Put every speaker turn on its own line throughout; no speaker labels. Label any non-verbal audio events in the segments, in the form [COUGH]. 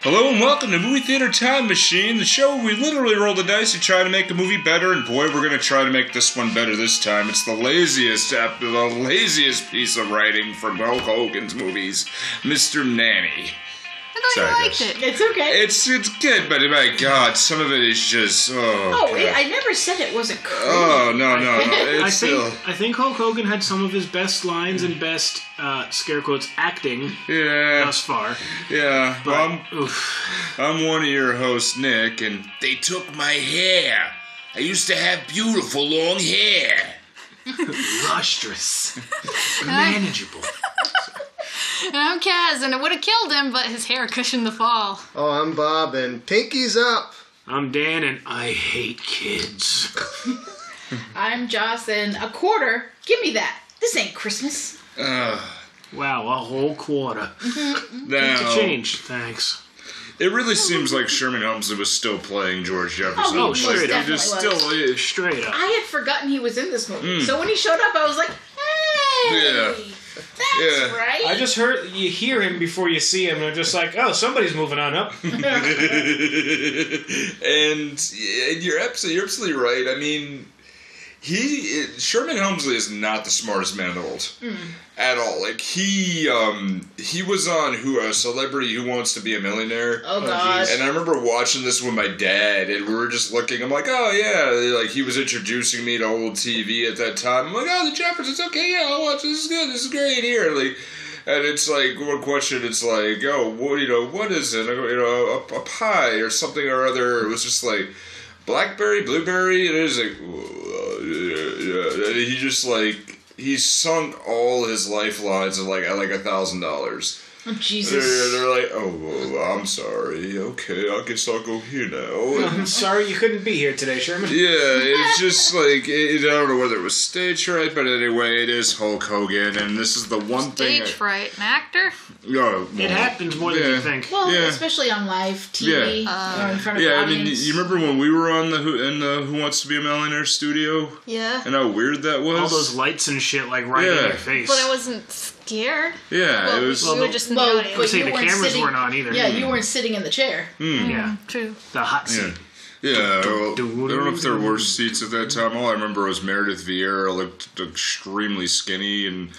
Hello and welcome to Movie Theater Time Machine, the show where we literally roll the dice and try to make a movie better. And boy, we're gonna try to make this one better this time. It's the laziest, ep- the laziest piece of writing from Hulk Hogan's movies, Mr. Nanny.
And I
Sorry,
Oh, liked
guys.
it.
It's okay.
It's it's good, but my God, some of it is just oh.
oh, it,
God.
I never said it wasn't creepy.
oh no no no! It's
[LAUGHS] I think
still
I think Hulk Hogan had some of his best lines and best uh, scare quotes acting
yeah
thus far.
yeah.
But
Well, I'm-
oof.
I'm one of your hosts, Nick, and they took my hair. I used to have beautiful long hair.
lustrous,
[LAUGHS]
manageable.
And I'm Kaz, and it would have killed him, but his hair cushioned the fall.
Oh, I'm Bob, and Pinky's up.
I'm Dan, and I hate kids.
Oh.
I'm Joss, and a quarter. Give me that. This ain't Christmas.
Ugh.
Wow, a whole quarter.
Now,
Change, thanks.
it really seems like Sherman Helmsley was still playing George Jefferson.
Oh,
he most
like,
definitely
just
was.
still is.
Straight up.
I had forgotten he was in this movie, so when he showed up, I was like, hey,
Hmm. Yeah.
that's
Yeah.
right.
I just heard you hear him before you see him, and I'm just like, oh, somebody's moving on up.
[LAUGHS] and, and you're absolutely you're absolutely right. I mean, he it, Sherman Helmsley is not the smartest man in the world at all. Like he um he was on who a celebrity who wants to be a millionaire.
oh, God.
And I remember watching this with my dad, and we were just looking. I'm like, oh yeah, like he was introducing me to old TV at that time. I'm like, oh, the Jeffersons, okay, yeah, I'll watch this. Is good, this is great here. Like, and it's like one question. It's like, oh, what you know, what is it? I go, You know, a, a pie or something or other. It was just like blackberry, blueberry, and it was like, "Whoa, yeah, yeah." And he just like he sunk all his lifelines at like at like a thousand dollars.
Oh,
They're,
Jesus.
they're like, oh, well, I'm sorry. Okay, I guess I'll go here now.
[LAUGHS]
I'm sorry you couldn't be here today, Sherman.
yeah, it's just like it, I don't know whether it was stage fright, but anyway, it is Hulk Hogan, and this is the one thing.
Stage fright. An actor?
I, oh, well,
It happens more than
Yeah.
you think.
Well,
Yeah. Uh,
especially on live TV or in front of
Yeah, I mean,
audience.
you remember when we were on the Who- in the Who Wants to Be a Millionaire studio,
Yeah.
and how weird that was.
All those lights and shit, like right
Yeah.
in your face.
But I wasn't scared.
yeah,
Well,
Uh, it was.
we were just in
Well,
the audience.
but
Say
you
the
weren't
cameras
sitting-
weren't on either.
Yeah, you weren't sitting in the chair.
Hmm.
Yeah.
True.
The hot seat.
Yeah. Yeah, well, I don't know if there were seats at that time. All I remember was Meredith Vieira looked extremely skinny, and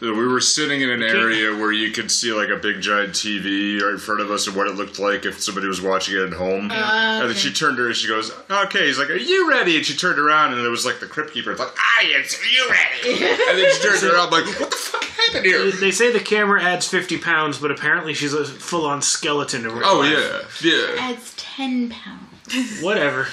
we were sitting in an area where you could see like a big giant TV right in front of us, and what it looked like if somebody was watching it at home. And then she turned her, and she goes, "Okay." He's like, "Are you ready?" And she turned around, and it was like the crypt keeper. It's like, "I am. Are you ready?" and then she turned around, I'm like, "What the fuck happened here?"
They say the camera adds 50 pounds, but apparently she's a full on skeleton. in real
Oh
life.
yeah, yeah.
Adds 10 pounds.
Whatever.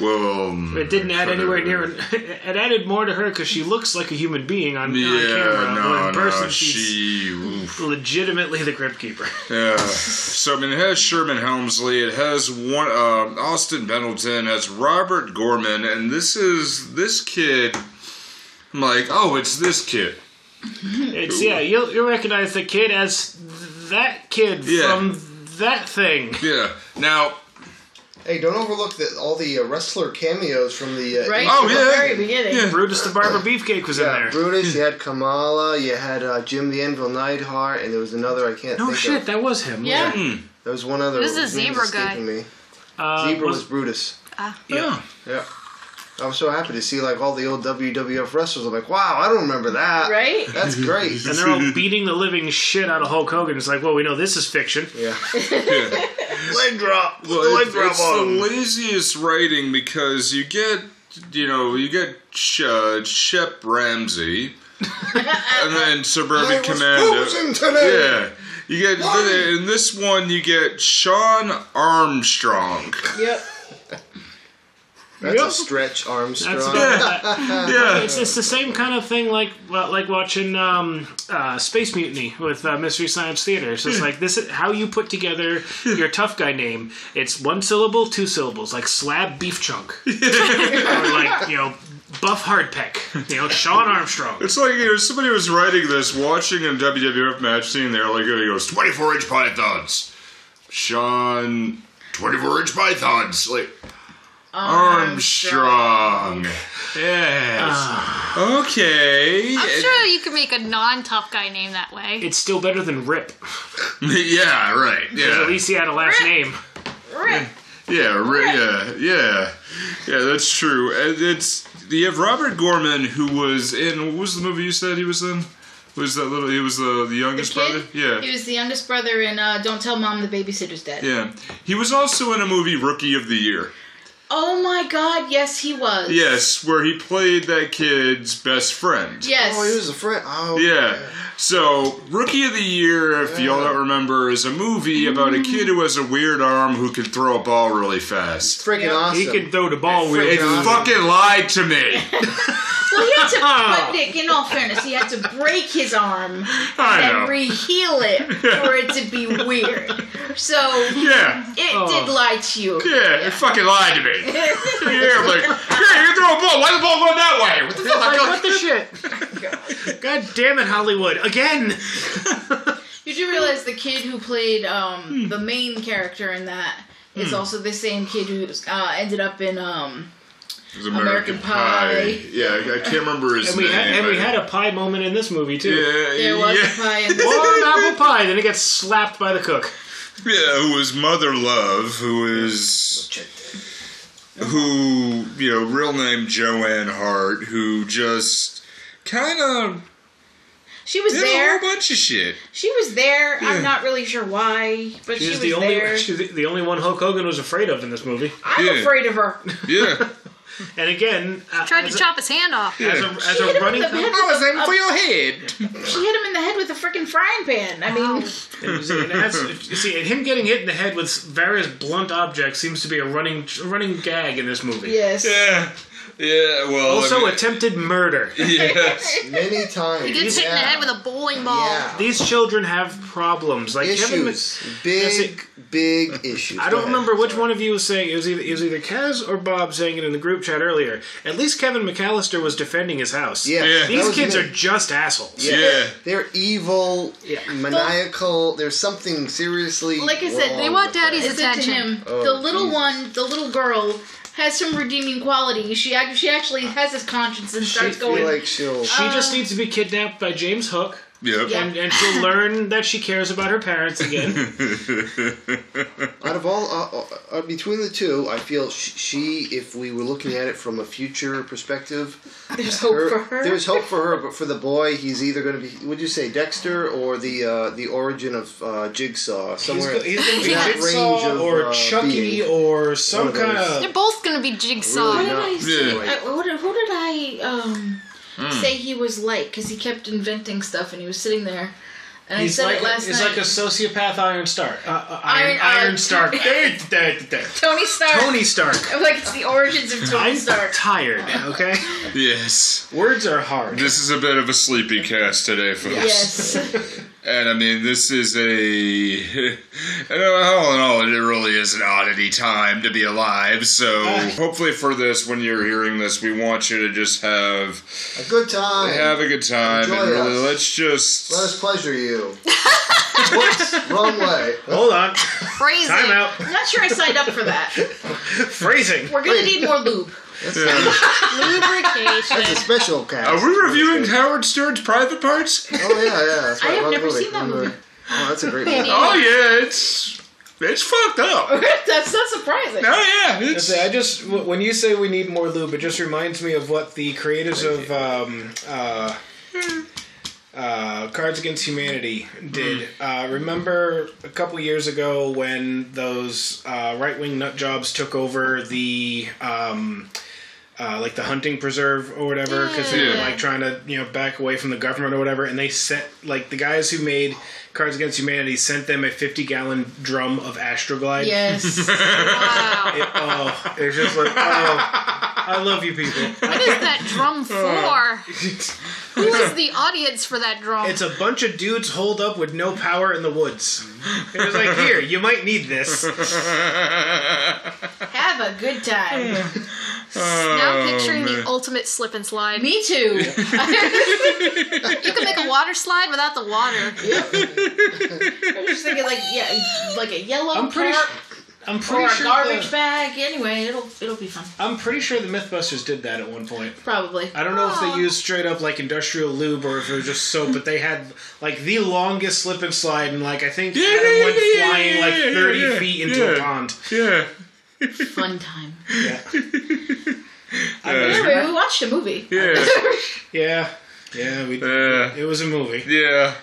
Well, um,
It didn't add anywhere near. [LAUGHS] It added more to her because she looks like a human being on, on
Yeah,
camera. but
no,
in person,
no.
she's
She. oof.
legitimately the
[LAUGHS]
Crypt Keeper.
Yeah. So I mean, it has Sherman Helmsley. It has one uh, Austin Pendleton. It has Robert Gorman, and this is this kid. I'm like, oh, it's this kid.
It's yeah, you'll you'll recognize the kid as that kid
Yeah.
from that thing.
Yeah. Now,
Hey, don't overlook the, all the uh, wrestler cameos from the
[LAUGHS]
uh,
Right?
Oh,
At the
yeah.
very beginning.
Yeah.
Brutus the Barber Beefcake was
Yeah,
in there.
Brutus. You had Kamala. You had uh, Jim the Anvil Neidhart, and there was another I can't.
no
think
shit,
Of.
that was him.
Yeah.
There was one other.
This is a
his name's
zebra guy.
escaping Me.
Uh,
Zebra was,
was-
Brutus.
yeah,
Yeah. I was so happy to see like all the old WWF wrestlers. I'm like, wow, I don't remember that.
Right?
[LAUGHS]
That's great.
and they're all beating the living shit out of Hulk Hogan. It's like, well, we know this is fiction.
yeah.
yeah.
Leg drop. Put the
Well,
leg
it-
drop
it's
on.
the laziest writing because you get, you know, you get Sh- uh, Shep Ramsey,
[LAUGHS]
and then
I
Suburban
was
Commando.
posing
Yeah,
today.
you get in this one. You get Sean Armstrong.
Yep.
That's
Yep.
a stretch, Armstrong.
That's about
Yeah,
it's, it's the same kind of thing like well, like watching um, uh, Space Mutiny with uh, Mystery Science Theater. So it's like this is how you put together your tough guy name. It's one syllable, two syllables, like slab beef chunk, or like you know buff hardpeck, you know Sean Armstrong.
It's like you know, somebody was writing this, watching a WWF match, scene there, like, and he goes, 24 inch pythons. Sean, 24 inch pythons. Like, Armstrong. Yes. Okay.
I'm
It-
sure you could make a non-tough guy name that way.
It's still better than Rip. 'cause
[LAUGHS] yeah, right.
At
Yeah.
least he had a last
Rip.
name.
Rip. [LAUGHS]
Yeah, ri- yeah, yeah. Yeah, that's true. And it's you have Robert Gorman who was in what was the movie you said he was in? Was that little he was the, the
The
youngest brother?
kid.
Yeah.
He was the youngest brother in uh, Don't Tell Mom the Babysitter's Dead.
yeah. He was also in a movie Rookie of the Year.
Oh my God! Yes, he was.
Yes, where he played that kid's best friend.
Yes.
Oh, he was a friend. Oh,
Yeah. So, Rookie of the Year, if y'all don't remember, is a movie about a kid who has a weird arm who can throw a ball really fast.
freaking awesome.
He could throw the ball with
It
Awesome.
fucking lied to
[LAUGHS]
me.
Well, he had
[LAUGHS]
to. but Nick, in all fairness, he had to break his arm
I know.
and re-heal
[LAUGHS]
it for it to be weird. So
Yeah.
it did lie to you.
Yeah, it fucking lied to me. yeah, I'm like, yeah, you can throw a ball. Why the ball going that way? What the fuck?
Like, what the shit? God damn it, Hollywood. Again!
You do realize the kid who played
Hmm.
um, the main character in that is also the same kid who uh, ended up in. Um,
It was American
American
Pie.
Pie.
Yeah, I I can't remember his
And we,
name.
had, and we
I-
had a pie moment in this movie, too.
yeah,
there was
yeah.
a pie
[LAUGHS]
in the
Warm apple pie, then it gets slapped by the cook.
Yeah, who was Mother Love, who is. Who, you know, real name Joanne Hart, who just kind of
She was
did a
there.
whole bunch of shit.
She was there.
Yeah.
I'm not really sure why, but she
She's
was
the only [LAUGHS]
there.
she's the, the only one Hulk Hogan was afraid of in this movie.
I'm
Yeah.
afraid of her.
[LAUGHS] Yeah.
And again, uh,
Tried
as
to
a-
chop his hand off.
as
[LAUGHS]
a,
Yeah.
as
She hit
a
him
running
with the
thing.
head with a-
aiming for your head.
She hit him in the head with a freaking frying pan. I mean,
[LAUGHS] And that's, you see, and him getting hit in the head with various blunt objects seems to be a running a running gag in this
[LAUGHS]
movie.
yes.
Yeah. Yeah, well.
Also,
I mean,
attempted
[LAUGHS]
murder.
[LAUGHS] yes.
Many times.
He gets hit in the head with a bowling ball.
Yeah.
Oh,
These children have problems. Like Kevin,
Issues.
Yes,
Big,
it-
big issues.
I
Go
don't
ahead.
remember which one of you was saying it was either it was either Kaz or Bob saying it in the group chat earlier. At least Kevin McAllister was defending his house.
Yeah.
Yeah.
that
these
was
kids
me.
are just assholes.
Yeah.
They're evil, maniacal. There's something seriously.
Like I said, they
wrong
want
with
daddy's
that.
Is it to him?
Oh,
the little one, the little girl, has some redeeming qualities. She act- she actually has this conscience and starts
I feel
going.
like she'll.
Um,
She just needs to be kidnapped by James Hook,
Yep.
Yeah.
and,
[LAUGHS]
and she'll learn that she cares about her
[LAUGHS]
parents again.
[LAUGHS]
Out of all, uh, uh, uh, between the two, I feel sh- she, if we were looking at it from a future perspective,
There's hope
her-
for her.
There's hope for her, but for the boy, he's either going to be. Would you say Dexter or the uh, the origin of uh, Jigsaw?
He's,
Somewhere.
go- he's going to be
that range
Jigsaw
of,
or
uh,
Chucky
being.
or some
One of
kind
those.
of.
They're both gonna be jigsaw.
What
Really
did I
Yeah.
say?
Yeah.
I, who, did, who did I um,
Hmm.
say he was like? Because he kept inventing stuff and he was sitting there. And
He's
I said
like,
it last
he's
night.
like a sociopath Iron Stark. Uh, uh,
Iron-
Iron, Iron,
Iron-
Stark.
[LAUGHS] Tony Stark.
Tony Stark.
I'm like it's the
[LAUGHS]
origins of Tony
I'm
Stark.
tired. Okay.
yes.
Words are hard.
[LAUGHS]
This is a bit of a sleepy cast today, folks.
[LAUGHS]
Yes.
And I mean, this is a. [LAUGHS] And uh, all in all, it really is an oddity time to be alive. So hopefully, for this, when you're hearing this, we want you to just have
a good time.
have a good time
Enjoy
and really
us.
let's just.
Let us
[LAUGHS]
pleasure you. Whoops, wrong way.
Hold on.
Crazy.
Time out.
[LAUGHS] I'm not sure I signed up for that.
Phrasing.
We're gonna need more lube.
That's a
Lubrication.
special cast.
Are we reviewing Howard Stern's Private Parts?
Oh yeah, yeah. That's
I
right,
have
one
never seen that
one
movie.
Oh, that's a great movie.
Oh yeah, it's it's fucked
[LAUGHS]
up.
[LAUGHS] That's not surprising.
Oh yeah, it's
I just w- when you say we need more lube, it just reminds me of what the creators of um, uh, uh, Cards Against Humanity did. Uh, remember a couple years ago when those uh, right wing nut jobs took over the. Um, uh, like the hunting preserve or whatever, because they were
Yeah.
like trying to you know back away from the government or whatever, and they sent like the guys who made Cards Against Humanity sent them a fifty gallon drum of Astroglide. [LAUGHS]
Yes.
Wow.
It- oh, it's just like, oh, I love you people.
What is that drum for? Who is the audience for that drum?
It's a bunch of dudes holed up with no power in the woods. It was like, here, you might need this.
[LAUGHS]
Have a good time.
now I'm picturing the ultimate slip and slide.
Me too.
[LAUGHS]
You can make a water slide without the water.
I'm just thinking like yeah, like a yellow.
I'm pretty
car-
su- I'm
Or
pretty
a
sure.
garbage
the,
bag. Anyway, it'll it'll be fun.
I'm pretty sure the MythBusters did that at one point.
Probably.
I don't know if they used straight up like industrial lube or if it was just soap, but they had like the longest slip and slide, and like I think
Yeah,
Adam
yeah,
went
yeah, yeah,
flying
yeah,
like
yeah,
thirty
yeah,
feet into a
yeah.
pond.
Yeah.
Fun time.
Yeah.
Uh,
Anyway, we watched a movie.
yeah.
yeah, yeah, we.
Uh,
It was a movie.
yeah.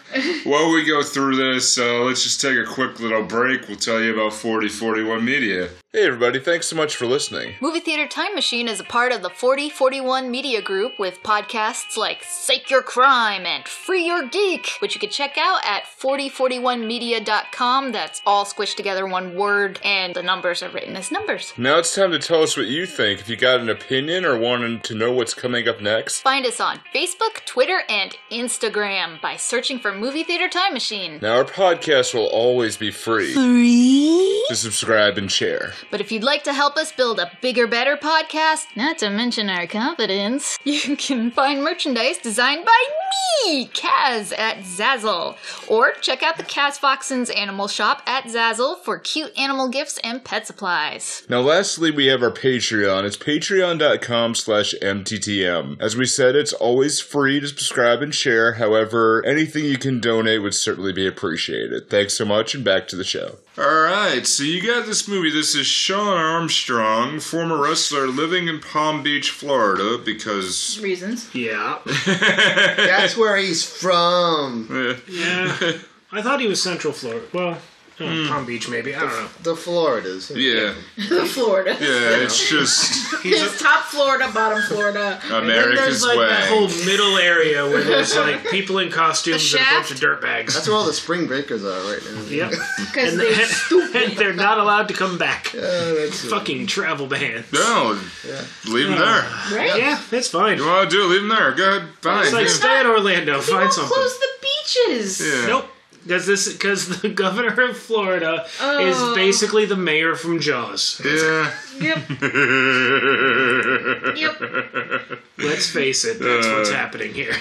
While we go through this, uh, let's just take a quick little break. We'll tell you about 4041 Media. Hey, everybody. Thanks so much for listening.
Movie Theater Time Machine is a part of the 4041 Media Group with podcasts like Sake Your Crime and Free Your Geek, which you can check out at 4041media.com. That's all squished together in one word, and the numbers are written as numbers.
Now it's time to tell us what you think. If you got an opinion or wanted to know what's coming up next,
Find us on Facebook, Twitter, and Instagram by searching for Movie Theater Time Machine.
now our podcast will always be free. To subscribe and share.
But if you'd like to help us build a bigger, better podcast, not to mention our confidence, [LAUGHS] you can find merchandise designed by me, Kaz, at Zazzle. Or check out the Kaz Foxen's Animal Shop at Zazzle for cute animal gifts and pet supplies.
Now, lastly, we have our Patreon. It's patreon.com slash mttm. As we said, it's always free to subscribe and share. However, anything you can donate would certainly be appreciated. Thanks so much, and back to the show. All right, so you got this movie. This is Sean Armstrong, former wrestler living in Palm Beach, Florida, because.
[LAUGHS]
Reasons.
Yeah.
That's where he's from.
eh,
Yeah. I thought he was Central Florida. Well, uh,
Hmm.
Palm Beach, maybe. I don't know.
The Floridas.
Yeah,
Florida. [LAUGHS]
yeah, it's just
There's top Florida, bottom Florida. [LAUGHS] and then
America's
there's, like,
way.
that
Whole middle area where [LAUGHS] there's like people in costumes
The
and a bunch
shaft?
of dirt bags.
That's where all the spring breakers are right now.
[LAUGHS] Yep.
Because
[LAUGHS] And,
they
and they're not allowed to come back.
Yeah, that's it.
Fucking travel bans.
no. Leave him there.
right?
Yeah, that's fine.
You want to do? it, Leave him there. Go ahead. Fine.
It's like
Yeah.
stay in Orlando,
They
find
won't
something.
close the beaches.
Yeah.
Nope. Because this, because the [LAUGHS] governor of Florida is basically the mayor from Jaws.
Yeah.
Yep. Yep.
Let's face it, that's
Uh.
what's happening here.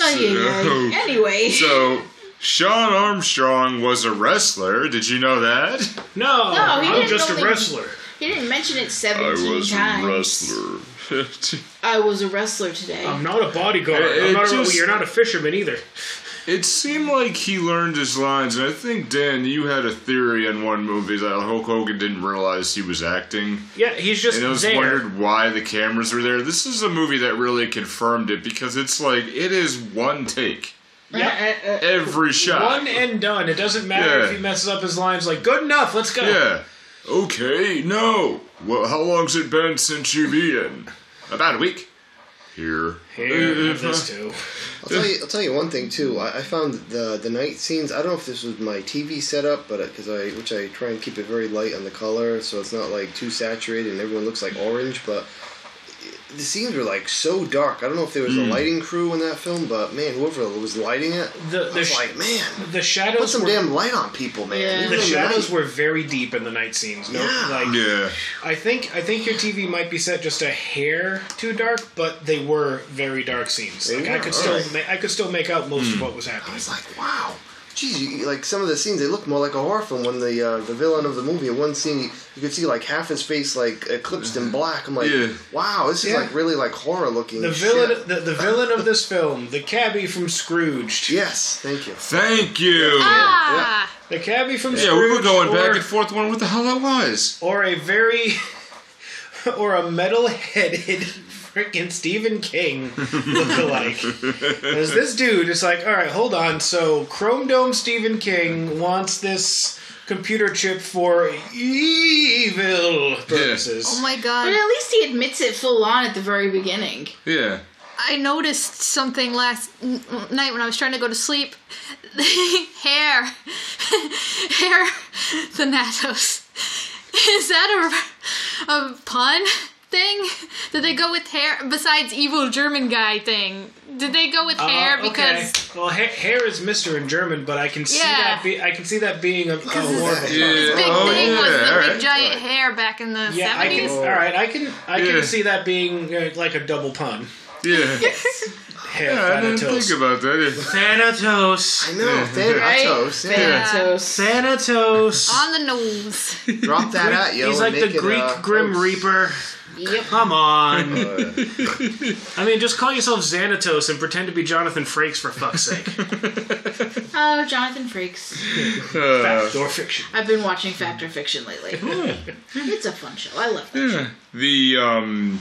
Ay,
[LAUGHS]
ay, ay. Anyway.
So, Sean Armstrong was a wrestler. Did you know that?
No,
he
I'm
didn't
just a
only-
wrestler.
He didn't mention it 17 times.
wrestler.
I was a wrestler today.
I'm not a bodyguard.
It-
I'm not a-
it just-
you're not a fisherman either.
[LAUGHS] it seemed like he learned his lines, and I think, Dan, you had a theory in one movie that Hulk Hogan didn't realize he was acting.
Yeah, he's just
And I was
there.
wondered why the cameras were there. This is a movie that really confirmed it because it's like, it is one take.
Yep.
Uh, uh,
Every shot.
One and done. It doesn't matter
Yeah.
if he messes up his lines. Like, good enough. Let's go.
Yeah. Okay, no. Well, how long's it been since you've eaten? About a week. Here. Uh,
Here, have this
uh-huh.
too.
I'll tell you. I'll tell you one thing too. I, I found the the night scenes. I don't know if this was my TV setup, but because I which I try and keep it very light on the color, so it's not like too saturated and everyone looks like orange. But the scenes were like so dark. I don't know if there was
Mm.
a lighting crew in that film, but man, whoever was lighting it,
The-
I
the
was
sh-
like, man,
The
put
shadows
some
were
damn light on people, man.
Yeah.
Even
the
in
shadows
night.
were very deep in the night scenes. No,
Yeah.
like
Yeah.
I think I think your TV might be set just a hair too dark, but they were very dark scenes.
They
Like I
were,
could still
alright.
ma- I could still make out
Hmm.
most of what was
I
happening.
was like, wow. Geez, you, like some of the scenes, they look more like a horror film. When the uh, the villain of the movie, in one scene, you, you could see like half his face like eclipsed in black. I'm like,
Yeah.
wow, this is
Yeah.
like really like horror looking.
The villain, the, the villain of this film, the cabbie from Scrooged.
Yes, thank you.
Thank you.
Ah!
The cabbie from
Yeah,
Scrooged.
we were going
or,
back and forth wondering what the hell that was.
Or a very, [LAUGHS] or a metal-headed [LAUGHS] freaking Stephen King look-alike. 'Cause this dude is like, all right, hold on. So Chrome Dome Stephen King wants this computer chip for evil purposes.
Oh my
but
god.
at least he admits it full on at the very beginning.
Yeah.
I noticed something last n- night when I was trying to go to sleep. [LAUGHS] hair, [LAUGHS] hair, the Natos. [LAUGHS] Is that a a pun thing? Did they go with hair besides evil German guy thing? Did they go with
Uh,
Oh, hair because
okay. well, hair, hair is Mister in German, but I can see
Yeah.
that be, I can see that being a, a war of a
Yeah.
the big
Oh,
thing
yeah.
was the
all
big
right.
giant hair back in the
Yeah, I can.
seventies?
All right, I can. I
Yeah.
can see that being uh, like a double pun.
Yeah.
Hair
Yeah, I didn't
Thanatos.
think about that.
I
Thanatos.
know, Thanatos.
Right?
Yeah.
Thanatos.
[LAUGHS]
Thanatos.
On
[LAUGHS]
the nose.
Drop that at you.
He's like the Greek
uh,
Grim Reaper.
Yep.
Come on.
[LAUGHS] Reaper.
I mean, just call yourself Xanatos and pretend to be Jonathan Frakes for fuck's sake.
Oh, Jonathan Frakes.
Uh,
Fact or fiction.
I've been watching Fact or Fiction lately. it's a fun show. I love that.
yeah. The um,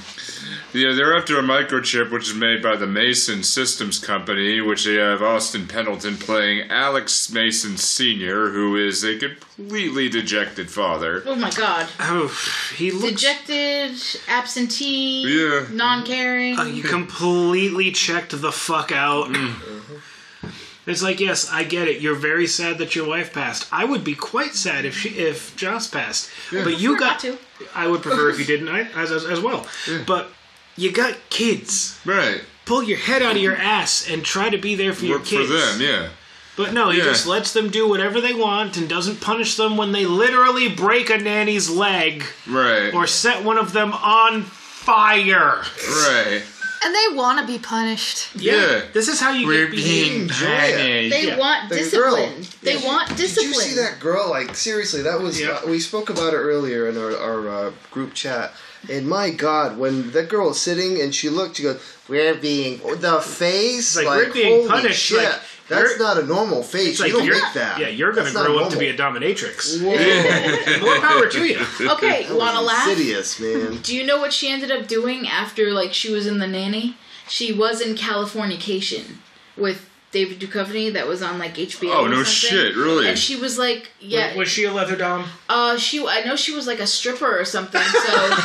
yeah, they're after a microchip which is made by the Mason Systems Company, which they have Austin Pendleton playing Alex Mason Senior, who is a completely dejected father.
Oh my god.
Oof, he looks
Dejected, absentee,
Yeah.
non-caring.
Uh, you completely checked the fuck out. Mm-hmm. It's like, yes, I get it. You're very sad that your wife passed. I would be quite sad if she, if Joss passed. But you
Prefer
got
not to.
I would prefer if you didn't I, as, as as well. But you got kids.
Right.
Pull your head out of your ass and try to be there for your
Work for
kids.
them. Yeah.
But no, he
Yeah.
just lets them do whatever they want and doesn't punish them when they literally break a nanny's leg
Right.
or set one of them on fire.
right.
And they want to be punished.
Yeah.
Yeah.
This is how you get behaved.
They
Yeah.
want
The
discipline.
girl.
They want discipline.
Did you see that girl? Like seriously, that was
Yeah.
uh, we spoke about it earlier in our, our uh, group chat. And my God, when that girl was sitting and she looked, she goes, "We're being the face
like,
like,
we're being
holy
punished,
shit,
like,
that's
we're-
not a normal face.
It's like
you don't
you're-
make that.
Yeah, you're gonna
That's not
grow up to be
normal.
a dominatrix.
Whoa,
More power to
[LAUGHS]
you.
Okay,
that
you want to
was
laugh?
Insidious, man.
[LAUGHS]
Do you know what she ended up doing after like she was in the nanny? She was in Californication with David Duchovny that was on like HBO.
Oh
or
no
something.
shit! Really?
And she was like, yeah,
Was she a leather dom?
uh, she I know she was like a stripper or something. So yeah,
wow.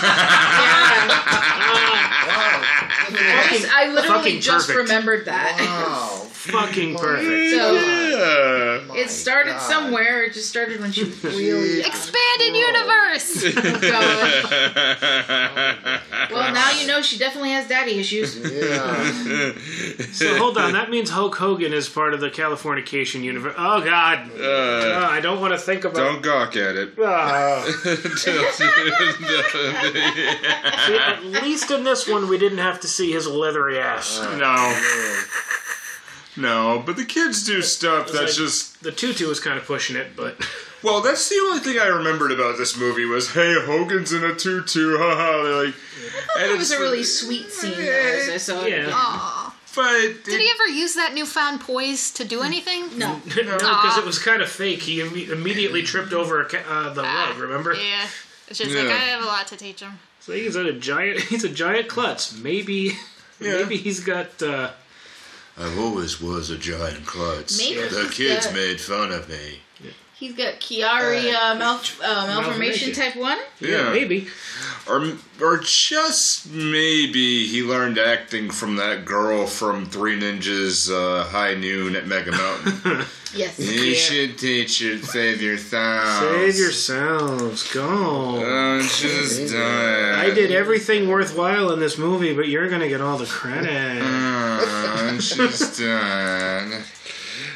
I, just- I literally
Fucking
just
perfect.
remembered
Oh,
that.
Wow.
Fucking perfect.
So
yeah.
My
it started
God.
somewhere. It just started when she was really. young.
Expanded universe.
So, well, now you know she definitely has daddy issues.
[LAUGHS]
[LAUGHS]
Yeah.
So hold on, that means Hulk Hogan is part of the Californication universe. Oh God, Uh,
Uh,
I don't want to think
[LAUGHS]
about.
don't gawk at it. [LAUGHS]
Ah. See, at
[LAUGHS]
least in this one, we didn't have to see his leathery ass.
no. No, but the kids do stuff that's
like-
just
The tutu was kind of pushing it, but [LAUGHS]
Well, that's the only thing I remembered about this movie was, hey, Hogan's in a tutu, [LAUGHS] haha. They're like, and
It was a really sweet scene though, as I saw it.
yeah,
Aw.
But
Did he ever use that newfound poise to do anything?
No.
because it was kind of fake. He imme- immediately tripped over a ca- uh, the
Ah,
rug. Remember?
Yeah. It's just
Yeah.
like, I have a lot to teach him.
So he's a giant. [LAUGHS] He's a giant klutz. Maybe,
[LAUGHS]
maybe he's got. Uh,
I always was a giant klutz.
Maybe he's got-
made fun of me.
He's got Chiari uh, mal- uh, malformation
malformation.
type 1.
Yeah,
maybe.
or or just maybe he learned acting from that girl from Three Ninjas uh, High Noon at Mega
[LAUGHS]
Mountain.
Yes.
you should teach your save your
Uh,
sound.
Save yourselves. Go.
Oh, just die.
I did everything worthwhile in this movie, but you're gonna get all the credit.
Uh, she's done.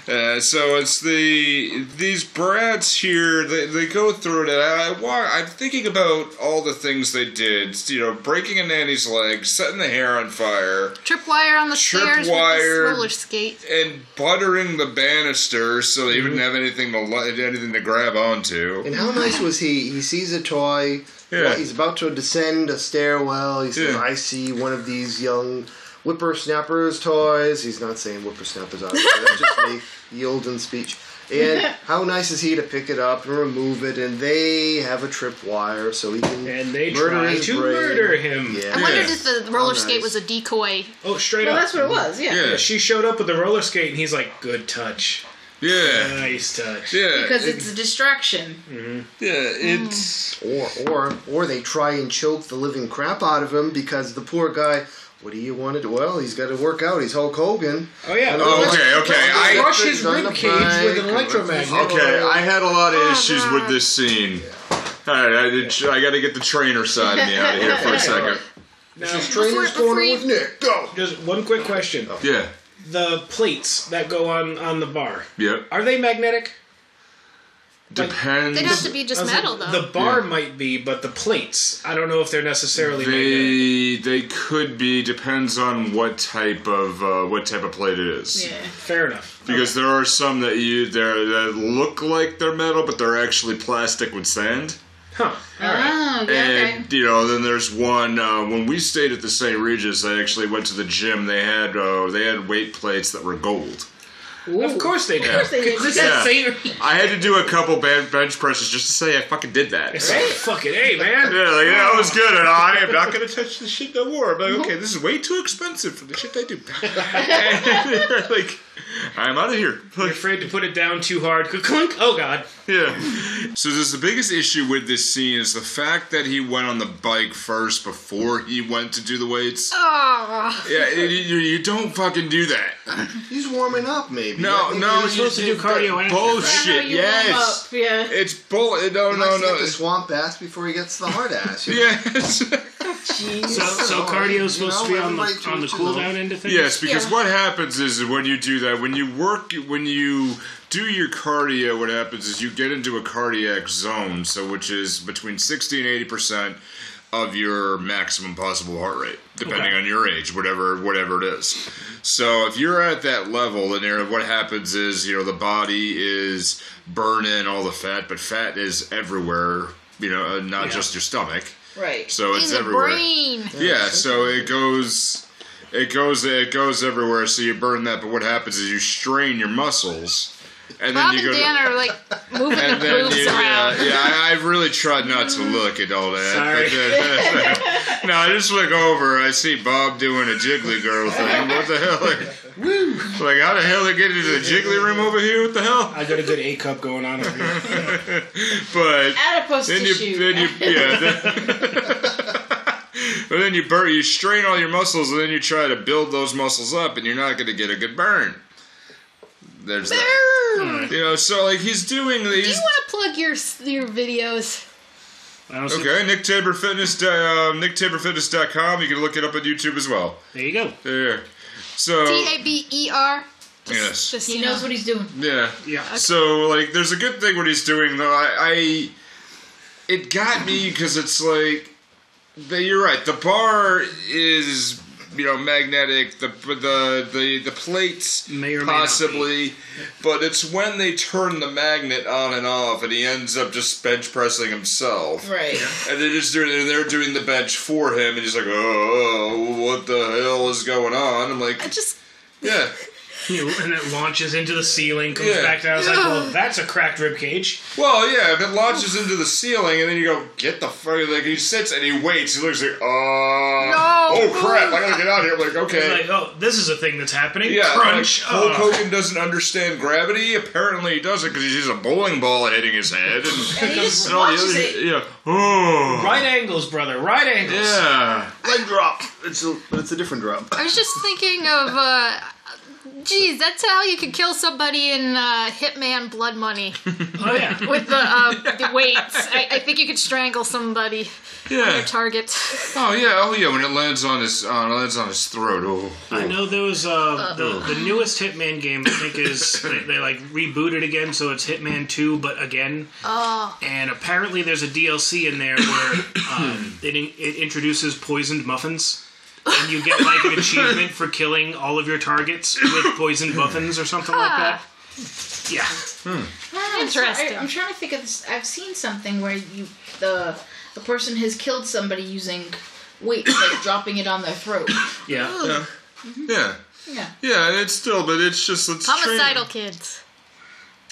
Uh, so it's the these brats here. They, they go through it, and I wa- I'm thinking about all the things they did. You know, breaking a nanny's leg, setting the hair on fire,
Tripwire on the stairs
Tripwire.
with his roller skate.
and buttering the banister so they wouldn't have anything to li- anything to grab onto.
And how nice was he? He sees a toy.
Yeah.
well, he's about to descend a stairwell. He says,
Yeah.
"I see one of these young whippersnappers toys." He's not saying whippersnappers, obviously. That's just me, [LAUGHS] the olden speech. And how nice is he to pick it up and remove it? And they have a tripwire, so he can
And they
murder
try
his
to
brain.
murder him.
Yeah.
I wondered
Yeah.
if the roller
nice.
skate was a decoy.
Oh, straight
Well,
up.
that's what it was, yeah.
Yeah,
She showed up with the roller skate, and he's like, "Good touch,
yeah,
nice touch."
yeah.
Because it's a distraction.
yeah, it's
Or, or, or they try and choke the living crap out of him because the poor guy. What do you want to do? Well, he's got to work out. He's Hulk Hogan.
Oh yeah.
Oh,
Let's-
okay, okay,
let's
I-
Crush his
Done
rib
the
cage with an
bike.
electromagnet.
Mm.
Okay, I had a lot of issues with this scene. All right, I, did, I got to get the trainer side of me out of here for a second.
His trainer's
before-
going
before
with Nick. Go.
Just one quick question:
Yeah,
the plates that go on on the bar
yep.
are they magnetic?
Depends.
They'd have to be just
I was
metal
like,
though.
The bar
Yeah.
might be, but the plates. I don't know if they're necessarily made. of-
They they could be depends on what type of uh, what type of plate it is
Yeah.
Fair enough.
because there are some that you there that look like they're metal but they're actually plastic with sand
Huh. All right.
Oh, yeah, okay.
and you know then there's one uh, when we stayed at the St Regis I actually went to the gym they had uh, they had weight plates that were gold
Of course they do.
Of course they did.
This
Yeah.
is savory.
I had to do a couple ben- bench presses just to say I fucking did that
It's like, fuck it, hey man.
Yeah, like, yeah, that was good, and I am not going to touch the shit no more. I'm like, okay, this is way too expensive for the shit I do. [LAUGHS] And, like, I'm out of here.
You're
Like,
afraid to put it down too hard. [LAUGHS] Clunk. Oh god.
yeah. So this the biggest issue with this scene is the fact that he went on the bike first before he went to do the weights.
oh,
Yeah, you, you you don't fucking do that.
He's warming up, maybe.
No,
I think
no,
You're
you
supposed to do
do cardio after.
I know
Bullshit.
you
Yes.
warm up, yeah.
It's bull. No,
He
no,
likes to get
no.
the swamp ass before he gets the hard
[LAUGHS]
ass. you know?
Yes.
So, so cardio's
You know,
supposed to be on the
everybody
on the
to each
cool
their own.
down end of things.
Yes, because
Yeah.
what happens is when you do that, when you work, when you do your cardio, what happens is you get into a cardiac zone, so which is between 60 and 80 percent of your maximum possible heart rate, depending
Okay.
on your age, whatever whatever it is. So if you're at that level, then there- what happens is you know the body is burning all the fat, but fat is everywhere. You know, uh, not just your stomach.
Right.
So
in
it's
the
everywhere.
brain.
Yeah, so it goes, it goes, it goes everywhere. So you burn that, but what happens is you strain your muscles, and then
Bob
you
and
go.
Dan
to,
are like moving the
and then
grooves
you,
around. Mm-hmm.
yeah, yeah. I, I've really tried not to look at all that.
Sorry.
but, uh, [LAUGHS] no, I just look over. I see Bob doing a jiggly girl thing. What the hell? Like, like how the hell they get into the jiggly room over here? What the hell?
I got a good A cup going on over here.
[LAUGHS] But
Adipose
then you,
tissue.
then you,
[LAUGHS]
yeah. Then, [LAUGHS] but then you burn, you strain all your muscles, and then you try to build those muscles up, and you're not going to get a good burn. There's that.
Brrr.
You know, so like he's doing
Do you
these.
want to plug your your videos?
I don't see-
Okay, Nick Tabor Fitness, uh, nicktaborfitness.com. You can look it up on YouTube as well.
There you go.
There. So
D A B E R. Just-
Yes.
Just,
he
you
knows
know.
what he's doing.
yeah.
Yeah.
So like, there's a good thing what he's doing though. I, I it got me because it's like, the, you're right. The bar is you know magnetic. The the the the plates
May or may not
possibly, but it's when they turn the magnet on and off, and he ends up just bench pressing himself.
Right.
And they're just doing and they're doing the bench for him, and he's like, oh, what the hell is going on? I'm
I
like,
just
yeah.
You- and it launches into the ceiling, comes
Yeah.
back down. I was like, well, that's a cracked rib cage.
Well, yeah, if it launches into the ceiling and then you go, get the fuck, like he sits and he waits, he looks like, uh, oh crap, I gotta get out of here. I'm like,
It's
okay.
like, oh, this is a thing that's happening.
yeah,
Crunch.
like, Hulk
Oh.
Hogan doesn't understand gravity. Apparently, he doesn't because he's just a bowling ball hitting his head. And,
And he just
and all the
watches
other-
it.
Yeah. Oh.
Right angles, brother. Right angles.
Yeah.
Leg drop. It's a, but it's a different
[LAUGHS]
drop.
I was just thinking of. uh Geez, that's how you could kill somebody in uh, Hitman Blood
[LAUGHS]
Money
Oh yeah.
with the, uh, the weights. I, I think you could strangle somebody,
Yeah.
target.
Oh yeah. Oh yeah. When it lands on his, uh, it lands on his throat. Oh.
I know there was uh, the, the newest Hitman game. I think is they, they like rebooted again, so it's Hitman Two, but again.
Oh,
And apparently, there's a DLC in there where um, it in, it introduces poisoned muffins, and you get like an achievement for killing all of your targets with poisoned muffins or something like that. Yeah,
Ah, I'm sorry.
Interesting.
I'm trying to think of this. I've seen something where you the the person has killed somebody using weights, like dropping it on their throat.
yeah.
Yeah. Yeah.
Mm-hmm. Yeah.
Yeah. and It's still, but it's just let's train-
homicidal kids.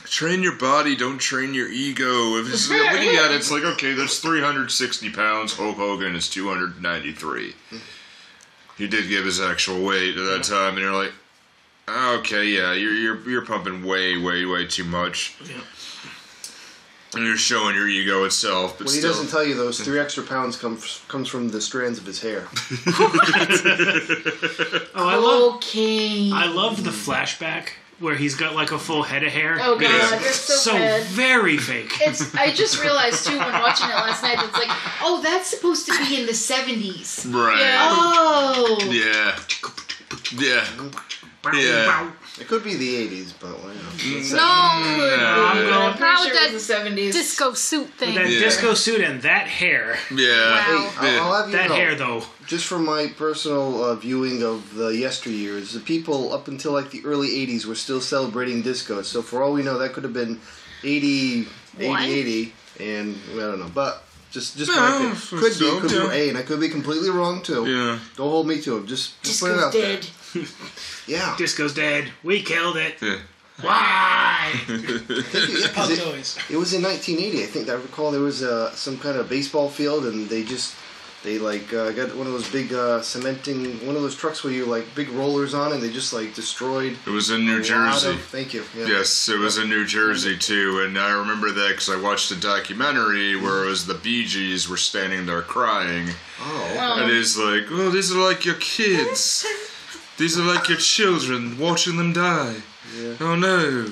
Train your body, don't train your ego. If it's looking at it, it's like, okay, that's 360 pounds. Hulk Hogan is 293. He did give his actual weight at that time, and you're like, ah, okay, yeah, you're you're, you're pumping way, way, way too much.
Yeah.
And you're showing your ego itself, but
What he
still.
doesn't tell you, those three extra pounds comes comes from the strands of his hair.
Oh, I love
Okay.
I love the flashback where he's got like a full head of hair.
oh god,
Yeah.
that's so,
so
bad.
very fake.
It's. I just realized too when watching it last night. It's like, oh, that's supposed to be in the seventies.
right.
Oh.
Yeah. Yeah. Yeah.
It could be the 80s, but why
Mm.
not?
No,
Yeah.
I'm pretty
Now
sure
that
it was the 70s.
disco suit thing.
That
Yeah.
disco suit and that hair.
Yeah.
Wow.
Hey, I'll, I'll have you
That
know,
hair, though.
just from my personal uh, viewing of the yesteryears, the people up until like the early 80s were still celebrating disco. So for all we know, that could have been 80, 80,
What?
80, and I don't know. But just just
Yeah,
my
so-
opinion. Could
so,
be, could
yeah.
be, hey, and I could be completely wrong too.
Yeah.
Don't hold me to it. Just, just put it
Disco's
out
dead.
there. Yeah.
[LAUGHS] Disco's dead. We killed it.
Yeah.
[LAUGHS]
Why?
Yeah, 'cause
Punk
it-
noise.
It was in 1980, I think. I recall there was uh, some kind of baseball field, and they just they like uh, got one of those big uh, cementing one of those trucks where you like big rollers on, and they just like destroyed.
It was in New
a lot
Jersey.
of- thank you. Yeah.
Yes, it was in New Jersey too, and I remember that because I watched a documentary where it was the Bee Gees were standing there crying,
Oh.
and it's like, "Oh, these are like your kids. These are like your children, watching them die. Oh no!"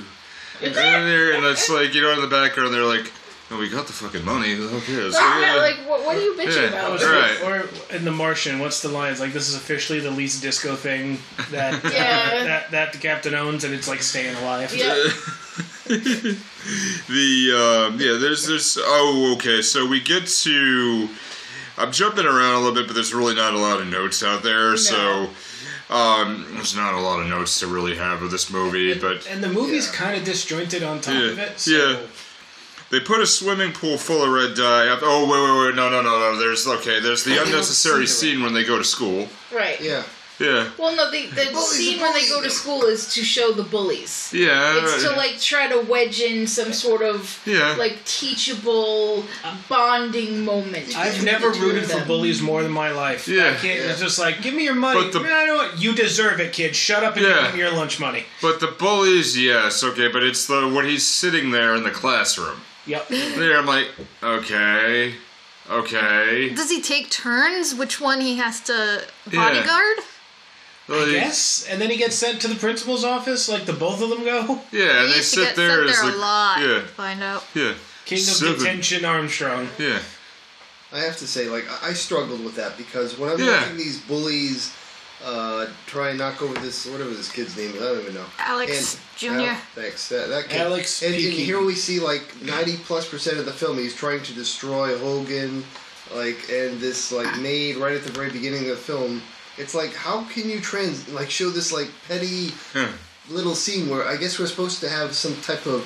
And they're- and it's like you know in the background they're like, "Oh, we got the fucking money. Who cares?" Yeah.
Yeah, like, what, what are you bitching
Yeah.
about?
All right.
Or in The Martian, what's the line? It's like, this is officially the least disco thing that
Yeah.
that, that the captain owns, and it's like staying alive.
[LAUGHS] Yeah.
the um, yeah, there's this. Oh, okay. So we get to. I'm jumping around a little bit, but there's really not a lot of notes out there, so um, there's not a lot of notes to really have of this movie. But
And the movie's
Yeah.
kind of disjointed on top
Yeah.
of it. So
Yeah. They put a swimming pool full of red dye. up- Oh wait, wait, wait! No, no, no, no. There's okay. There's the unnecessary scene when they go to school.
Right.
Yeah.
Yeah,
Well, no, the, the
bullies,
scene
the
when they go to
bullies.
school is to show the bullies.
yeah.
It's to, like, try to wedge in some sort of,
Yeah.
like, teachable bonding moment.
I've
between
never
the two
rooted
of
for
them.
bullies more than my life. I
Yeah.
can't- It's just like, give me your money.
But the-
"No, I know what you deserve it, kid. Shut up and
Yeah.
give me your lunch money.
but the bullies, yes, okay. But it's the when he's sitting there in the classroom.
Yep.
There, I'm like, okay, okay.
Does he take turns? Which one he has to
Yeah.
bodyguard?
Like,
Yes, and then he gets sent to the principal's office. Like the both of them go.
Yeah, and
he
they
used to
sit
get
there
sent
as
there
like,
a lot.
yeah,
to Find out.
yeah,
King of
Seven.
Detention Armstrong.
yeah,
I have to say, like, I, I struggled with that because when I'm
Yeah.
watching these bullies uh, try and knock over this, whatever this kid's name is, I don't even know.
Alex Jr..
Al- thanks. That, that kid.
Alex
And, and
P.
here we see, like, 90 plus percent of the film, he's trying to destroy Hogan, like, and this, like, maid right at the very beginning of the film. It's like, how can you trans, like, show this, like, petty
yeah.
little scene where I guess we're supposed to have some type of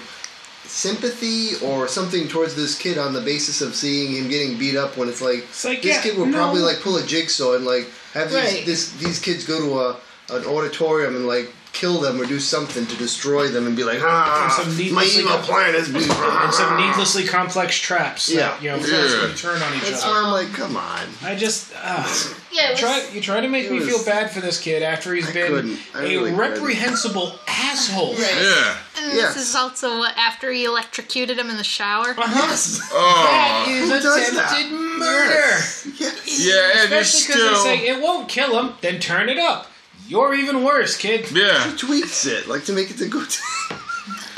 sympathy or something towards this kid on the basis of seeing him getting beat up when it's like,
like,
this
yeah,
kid would
no.
probably like pull a jigsaw and like have these
Right.
this, these kids go to a an auditorium and like kill them or do something to destroy them and be like ah
Some
my
needlessly-
evil plan is being
And
[LAUGHS]
some needlessly complex traps that you know
Yeah.
constantly
Yeah.
turn on each
that's
other.
why I'm like come on
I just uh,
Yeah, it was-
try you try to make me
was-
feel bad for this kid after he's
I
been
couldn't. I really
a
couldn't.
reprehensible asshole.
Right.
yeah.
And
Yeah.
this is also what after he electrocuted him in the shower.
Yes.
Oh,
Uh-huh. Is
does
attempted
that?
murder.
yeah, and
Especially
you're
because
still,
they say it won't kill him. Then turn it up. You're even worse, kid.
yeah,
tweaks it like to make it to go to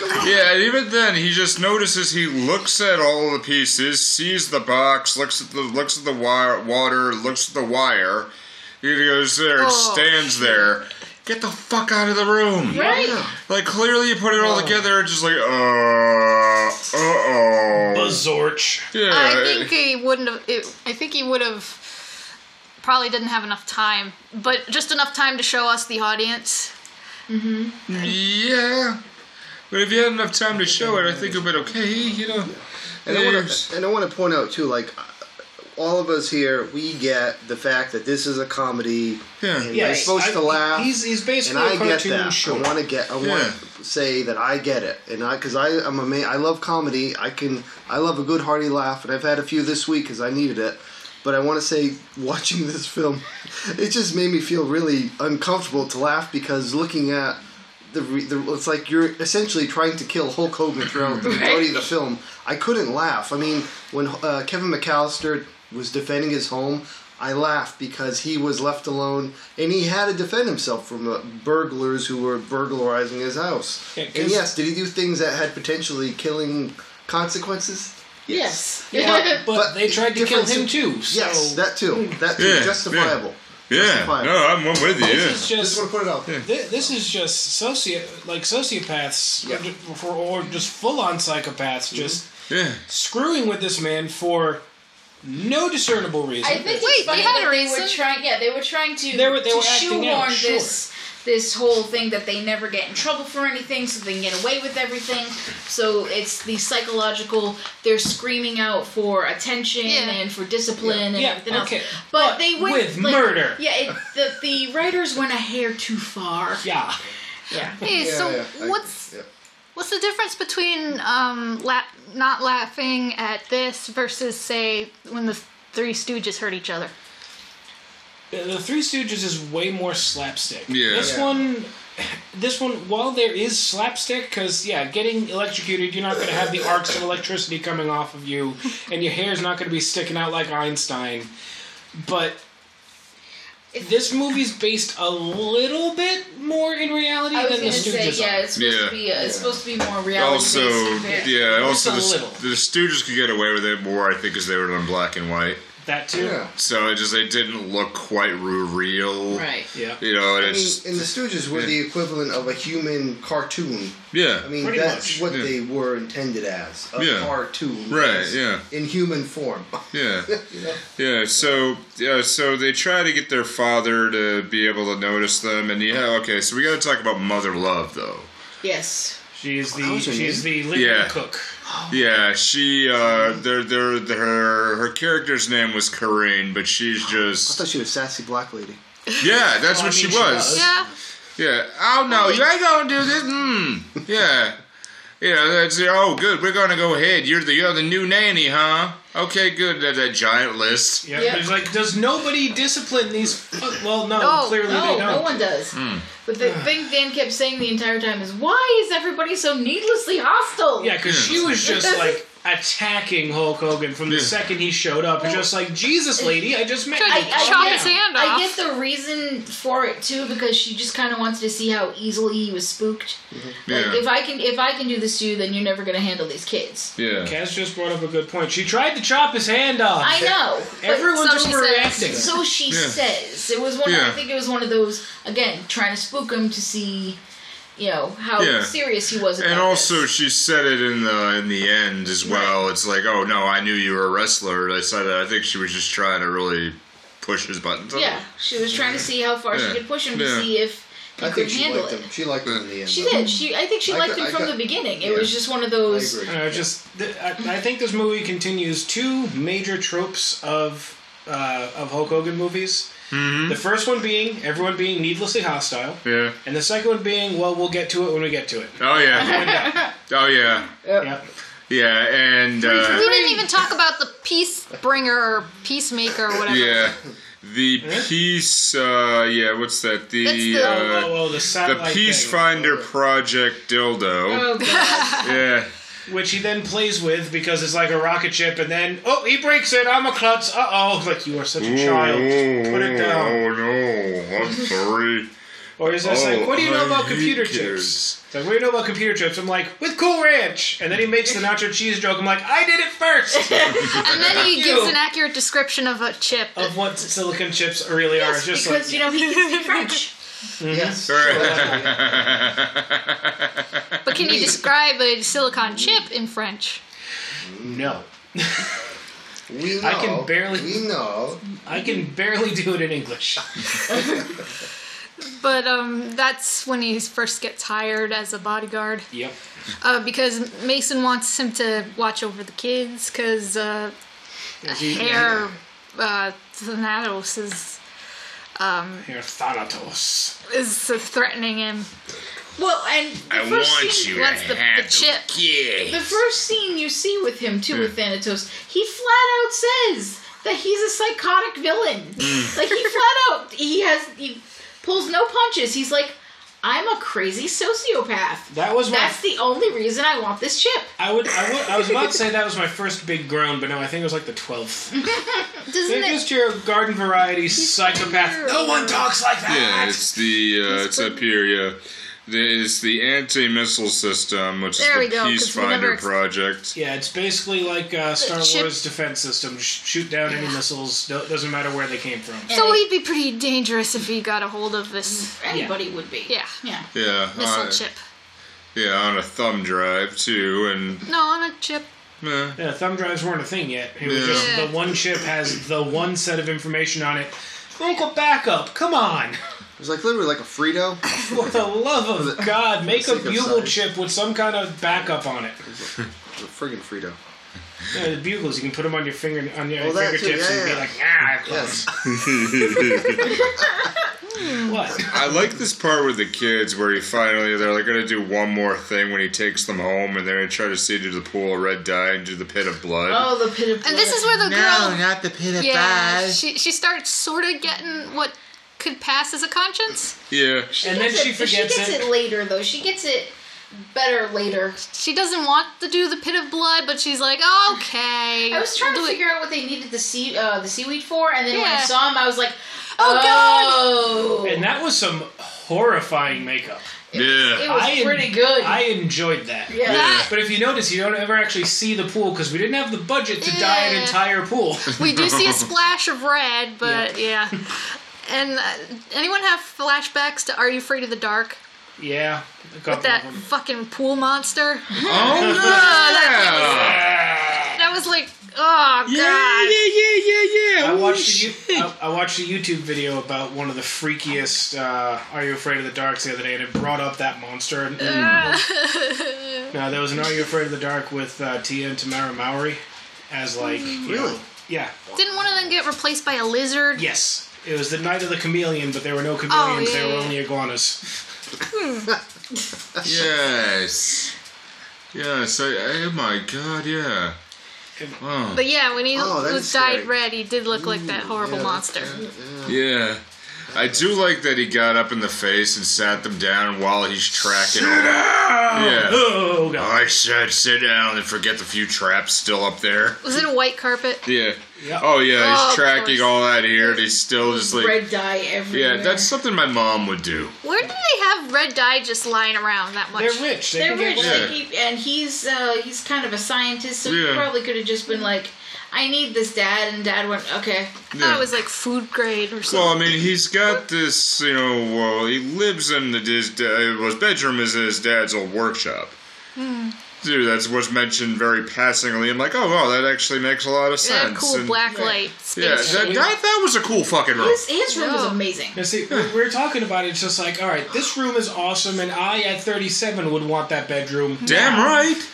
[LAUGHS]
yeah. And even then, he just notices. He looks at all the pieces, sees the box, looks at the looks at the wire, water, looks at the wire. He goes there and
Oh.
stands there. Get the fuck out of the room!
Right?
Like clearly, you put it all together. Just like, uh, uh oh,
Bazorch.
yeah.
I think he wouldn't have. It, I think he would have. Probably didn't have enough time, but just enough time to show us the audience.
Yeah. But if you had enough time to show it, I think it would have been okay, you know.
And I, want
There's-
to, and I want to point out too, like all of us here, we get the fact that this is a comedy.
Yeah.
and
Yeah,
you're supposed to laugh.
He's he's
and
basically
I
a
get
cartoon
that.
short.
I want to get. I
Yeah.
want to say that I get it, and I because I I'm a man. I love comedy. I can. I love a good hearty laugh, and I've had a few this week because I needed it. But I want to say, [LAUGHS] watching this film, it just made me feel really uncomfortable to laugh because looking at the, re- the it's like you're essentially trying to kill Hulk Hogan throughout the majority of the film. I couldn't laugh. I mean, when uh, Kevin McAllister was defending his home, I laughed because he was left alone and he had to defend himself from the burglars who were burglarizing his house.
Yeah, 'cause-
and yes, did he do things that had potentially killing consequences?
Yes.
But, but
But
they tried to kill
difference
him
in-
too. So
Yes, that too. That too.
Yeah,
justifiable.
Yeah,
Justified.
no, I'm, I'm with you. Yeah.
This is
Just
just
want to put it out there.
Thi- This is just socio like sociopaths
Yeah.
or, ju- for- or just full on psychopaths just
yeah.
screwing with this man for no discernible reason.
I think
Wait,
it's funny
they had
that
a
they
reason?
were trying. Yeah, they were trying to
They were- they
to
were acting
shoehorn
out, sure.
this this whole thing that they never get in trouble for anything, so they can get away with everything. So it's the psychological. They're screaming out for attention
Yeah.
and for discipline and
Yeah,
everything
okay.
else. But,
But
they went
with
like,
murder.
Yeah, it, the, the writers went a hair too far.
yeah,
Yeah.
Hey,
Yeah,
so
yeah, I-
what's
yeah.
what's the difference between um la- not laughing at this versus say when the Three Stooges hurt each other?
the the Three Stooges is way more slapstick.
Yeah.
this
Yeah.
one. This one, while there is slapstick, because yeah, getting electrocuted, you're not going to have the arcs of electricity coming off of you, and your hair's not going to be sticking out like Einstein. But this movie's based a little bit more in reality
I was
than the
gonna say,
Stooges.
yeah,
are.
it's supposed
Yeah.
to be uh, it's supposed to be more reality.
Also,
based.
yeah, also
Just a
the,
little.
the Stooges could get away with it more, I think, because they were done black and white.
that too.
Yeah.
So it just they didn't look quite r- real.
right.
Yeah.
You know, and
I mean,
it's just,
and the Stooges were the equivalent of a human cartoon.
yeah,
I mean,
Pretty much,
that's what
yeah.
they were intended as a
Yeah.
cartoon.
right,
yes,
yeah,
In human form. [LAUGHS]
yeah.
You know?
Yeah, so yeah, so they try to get their father to be able to notice them, and yeah, okay, so we got to talk about mother love though.
Yes.
She's the
was her
she's the living
Yeah.
cook.
Yeah, she, uh, their, their, their, her, her character's name was Corinne, but she's
I
just,
thought she was a sassy black lady.
yeah, that's
Well, I
what she
mean, she
was.
was.
Yeah,
Yeah. Oh no, you ain't gonna do this. Mm. Yeah. Yeah. That's oh good. We're gonna go ahead. You're the you're the new nanny, huh? Okay, good. That, that giant list.
Yeah,
Yeah.
there's like, does nobody discipline these? fu- Well, no,
No,
clearly
No,
they don't.
no one does.
Hmm.
But
[SIGHS]
the thing Dan kept saying the entire time is, why is everybody so needlessly hostile?
Yeah, because she was just like attacking Hulk Hogan from the
Yeah.
second he showed up, and just like Jesus, lady, I just met. you.
I-
Calm
Chop
down."
his hand off.
I get the reason for it too because she just kind of wanted to see how easily he was spooked.
Mm-hmm.
Like,
Yeah.
if I can, if I can do this to you, then you're never gonna handle these kids.
Yeah.
Cass just brought up a good point. She tried to chop his hand off.
I know. but
Everyone's
So she
overreacting.
So she
Yeah.
says. It was one.
Yeah.
I think it was one of those again trying to spook him to see, you know, how
Yeah.
serious he was. About
And also,
this.
she said it in the in the end as well. It's like, oh no, I knew you were a wrestler. I said that. I think she was just trying to really push his buttons.
yeah, she was trying to see how far
Yeah.
she could push him
Yeah.
to see if he
I
could
think she
handle
liked
it.
him. She liked him in the end.
She
though.
did. She, I think she
I
liked
got-
him
I
from
got-
the beginning. It
yeah.
was just one of
I
those.
agree.
And I just, th- I, I think this movie continues two major tropes of uh, of Hulk Hogan movies. The first one being everyone being needlessly hostile,
Mm-hmm. Yeah.
and the second one being, well, we'll get to it when we get to it.
Oh yeah.
[LAUGHS]
oh yeah.
Yep.
Yeah. And
we
uh,
didn't even talk about the peace bringer or peacemaker or whatever.
yeah, the piece. Uh, yeah. What's that? The
That's the-
uh,
oh, oh, the
The
satellite
Peace
thing,
Finder Project dildo.
Oh
[LAUGHS]
god.
Yeah.
which he then plays with because it's like a rocket ship, and then oh, he breaks it. I'm a klutz. Uh oh, [LAUGHS] like you are such a child. Put it down.
Oh no, I'm sorry.
Or is this
Oh,
like, what do you know
I
about
hate
computer
kids.
chips? It's like, what do you know about computer chips? I'm like, with Cool Ranch. And then he makes the nacho cheese joke. I'm like, I did it first.
And then he
Fuck
gives
you.
an accurate description of a chip.
of what silicon chips really
Yes,
are. Just
because
like,
you know he
[LAUGHS]
can speak French.
Yes.
But can you describe a silicon chip in French?
no,
[LAUGHS] We know.
I can barely-
We know.
I can barely do it in English.
But um, that's when he first gets hired as a bodyguard.
yep.
Uh, because Mason wants him to watch over the kids because uh, hair uh, Thanatos is
Here, Thanatos.
is threatening him.
Well, and the
I
first
want
scene,
you to
wants the-
have
the chip.
kid.
The first scene you see with him too with Thanatos, he flat out says that he's a psychotic villain.
Mm.
Like he flat out he has he pulls no punches. He's like, I'm a crazy sociopath.
That was my.
That's the only reason I want this chip.
I would. I would. I was about to say that was my first big groan, but no, I think it was like the
[LAUGHS]
twelfth.
Doesn't
They're
it?
just your garden variety psychopath.
weird.
No one talks like that.
Yeah, it's the uh, it's up here. Yeah, It's the anti missile system, which is
There we
the
go, 'cause we never
Peacefinder
ex-
project.
Yeah, it's basically like uh, Star
chip-
Wars defense system. Sh- Shoot down any missiles. No, doesn't matter where they came from.
So he'd be pretty dangerous if he got a hold of this.
Anybody would be.
Yeah.
Yeah.
Yeah,
Missile
on-
chip.
Yeah, on a thumb drive too, and
No, on a chip.
eh,
Yeah, thumb drives weren't a thing yet. It was
Yeah.
just
Yeah.
the one chip has the one set of information on it. Uncle Backup, come on! [LAUGHS]
It was like literally like a Frito.
For the love of God, make a
Sick of
bugle
size.
chip with some kind of backup on it.
It was a friggin' Frito.
Yeah, the uh, bugles, you can put them on your finger on your
Oh, that too,
fingertips
yeah,
and
yeah.
be like, ah, I love
Yes.
it." what?
I like this part with the kids where he finally they're like gonna do one more thing when he takes them home, and they're gonna try to see to the pool of red dye and do the pit of blood.
Oh, the pit of blood.
And this is where the girl.
not the pit of
Yeah, she she starts sort of getting what could pass as a conscience.
Yeah,
And then
gets
she
it-
forgets
She gets
it.
it. later, though. She gets it better later.
She doesn't want to do the pit of blood, but she's like, okay.
I was trying
we'll
to
do it."
figure out what they needed the sea uh, the seaweed for, and then when I
Yeah.
saw him, I was like,
Oh,
Oh,
And that was some horrifying makeup.
it
yeah,
was
I-
pretty good.
I enjoyed that.
yeah.
That-
But if you notice, you don't ever actually see the pool because we didn't have the budget to dye an
Yeah.
entire pool. [LAUGHS]
We do
[LAUGHS]
see a splash of red, but yeah. And uh, anyone have flashbacks to Are You Afraid of the Dark?
yeah, a couple
That
Um,
of them.
fucking pool monster. [LAUGHS]
oh yeah,
That was like, oh god.
yeah, yeah, yeah, yeah.
I
Holy
watched, a,
shit.
Yo- I, I watched a YouTube video about one of the freakiest uh, "Are You Afraid of the Darks" the other day, and it brought up that monster. And, no, there was an "Are You Afraid of the Dark" with uh, Tia and Tamara Mowry as like you know-
Really?
yeah,
[LAUGHS] Didn't one of them get replaced by a lizard?
yes. It was the night of the chameleon, but there were no
Oh,
chameleons.
yeah,
there were
yeah.
only iguanas.
Yes. Yes. I, oh my God. Yeah. Oh.
But yeah, when he
Oh, that
was
is
dyed
scary.
red, he did look like that horrible
yeah, that's
monster.
Yeah. I do like that he got up in the face and sat them down while he's tracking. Sit down. Yeah.
Oh god!
I said sit down and forget the few traps still up there.
Was it a white carpet?
Yeah.
Yeah.
Oh yeah,
Oh,
he's
of
tracking
course.
all that here, and he's still just like.
Red dye everywhere.
Yeah, that's something my mom would do.
Where did they have red dye just lying around that much?
They're rich. They
They're
can get
rich,
rich.
Yeah.
like he, and he's uh, he's kind of a scientist, so
Yeah.
he probably could have just been like, "I need this, Dad," and Dad went, "Okay."
I
Yeah.
thought it was like food grade or something.
Well, I mean, he's got this, you know. Well, he lives in the his, da- his bedroom is his dad's old workshop.
Hmm.
Dude, that's what's mentioned very passingly. I'm like, oh wow, that actually makes a lot of
They had
sense.
cool
And-
black light. space
Yeah, that,
shade.
that, that was a cool fucking room.
His, his room was
No.
amazing.
Now, see, we're, we're talking about it. It's just like, all right, this room is awesome, and I at 37 would want that bedroom.
Damn right.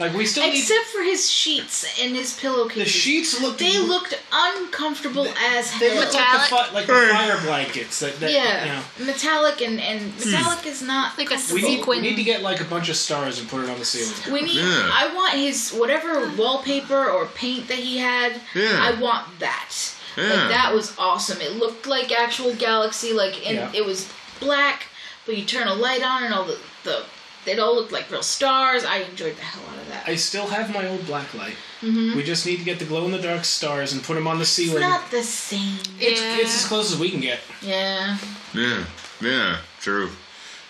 Like, we still need.
Except for his sheets and his
The
pillowcases.
sheets looked.
They looked uncomfortable as
They
hell.
looked like the,
Metallic.
fi- like the
Burn.
fire blankets. That, that
yeah,
you know. Hmm.
metallic and and metallic is not
Like a
We
comfortable.
need, we
Sequin.
need to get like a bunch of stars and put it on the ceiling.
We need.
Yeah.
I want his whatever wallpaper or paint that he had.
Yeah.
I want that.
Yeah.
Like that was awesome. It looked like actual galaxy. Like and
Yeah.
it was black, but you turn a light on and all the the it all looked like real stars. I enjoyed the hell out of that.
I still have my old black light.
Mm-hmm.
We just need to get the glow in the dark stars and put them on the
it's
ceiling.
not the same.
It's,
Yeah.
it's as close as we can get.
Yeah.
Yeah, yeah, true,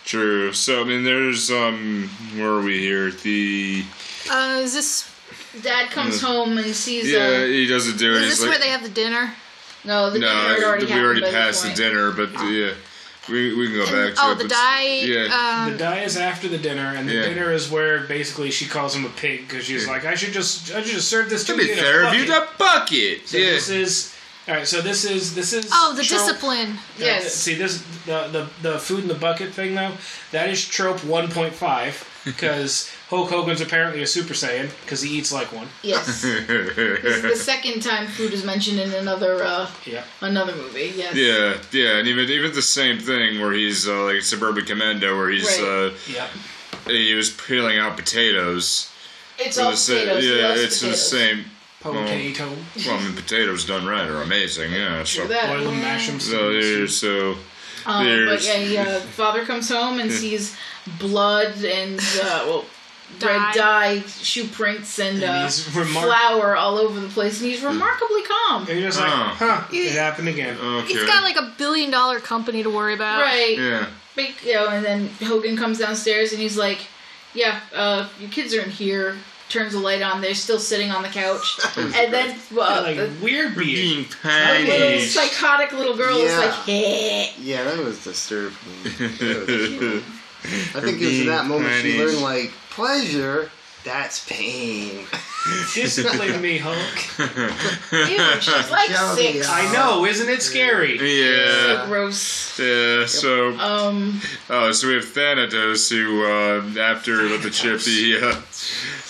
true. So I mean, there's um, where are we here? The
Uh, is this
Dad comes home and sees.
Mm. yeah,
Uh,
he doesn't do it.
is
He's
this
like,
where they have the dinner?
no, the
no,
dinner had
I-
already
we
happened
already
by this
passed the
point.
dinner, but
Oh.
yeah, we, we can go back to
oh,
it.
the
but-
dye.
uh,
Yeah,
Um,
The dye is after the dinner, and the
Yeah.
dinner is where basically she calls him a pig because she's like, "I should just, I should just serve this to
to
you."
be
in a
fair, if
bucket."
you the bucket.
So
yeah,
this is all right. So this is this is
oh, the
trope-
discipline.
uh,
Yes.
see this the, the the food in the bucket thing though. That is trope one point
[LAUGHS]
five because Hulk Hogan's apparently a Super Saiyan because he eats like one.
[LAUGHS]
Yes. It's the second time food is mentioned in another uh,
Yeah.
another movie. Yes.
yeah, yeah, and even even the same thing where he's uh, like suburban commando, where he's
Right.
uh,
Yeah.
he was peeling out potatoes.
It's
For
all
the sa-
potatoes. He
yeah,
loves
it's the
potatoes.
same.
Potato.
Well, I mean, potatoes done right are amazing.
[LAUGHS]
Yeah, so
Look at that.
Boil them, mash them.
So there's so
Um, but
there's
yeah, he,
[LAUGHS]
uh, father comes home and sees blood and uh, well,
Dye.
red dye, shoe prints, and,
And
uh,
he's remar-
flour all over the place, and he's remarkably calm.
And you're just like,
Oh.
huh? It happened again.
okay.
He's got like a billion dollar company to worry about.
Right.
yeah.
big, you know, and then Hogan comes downstairs and he's like, yeah, uh, your kids are in here. Turns the light on. They're still sitting on the
[LAUGHS]
couch, and then uh,
[LAUGHS] like
the-
weird being.
Being
a little
punished.
psychotic little girl is
Yeah.
like, "Eh."
Yeah, that was disturbing. [LAUGHS] That was-
[LAUGHS]
I think it was in that moment she learned like pleasure. That's pain. [LAUGHS]
Discipline me, [LAUGHS] Hulk.
Ew, she's like
Joey,
six.
uh,
I know, isn't it scary?
[LAUGHS]
So
Yeah.
gross.
Yeah, so
Um,
oh, so we have Thanatos who, uh, after with the chip, he uh,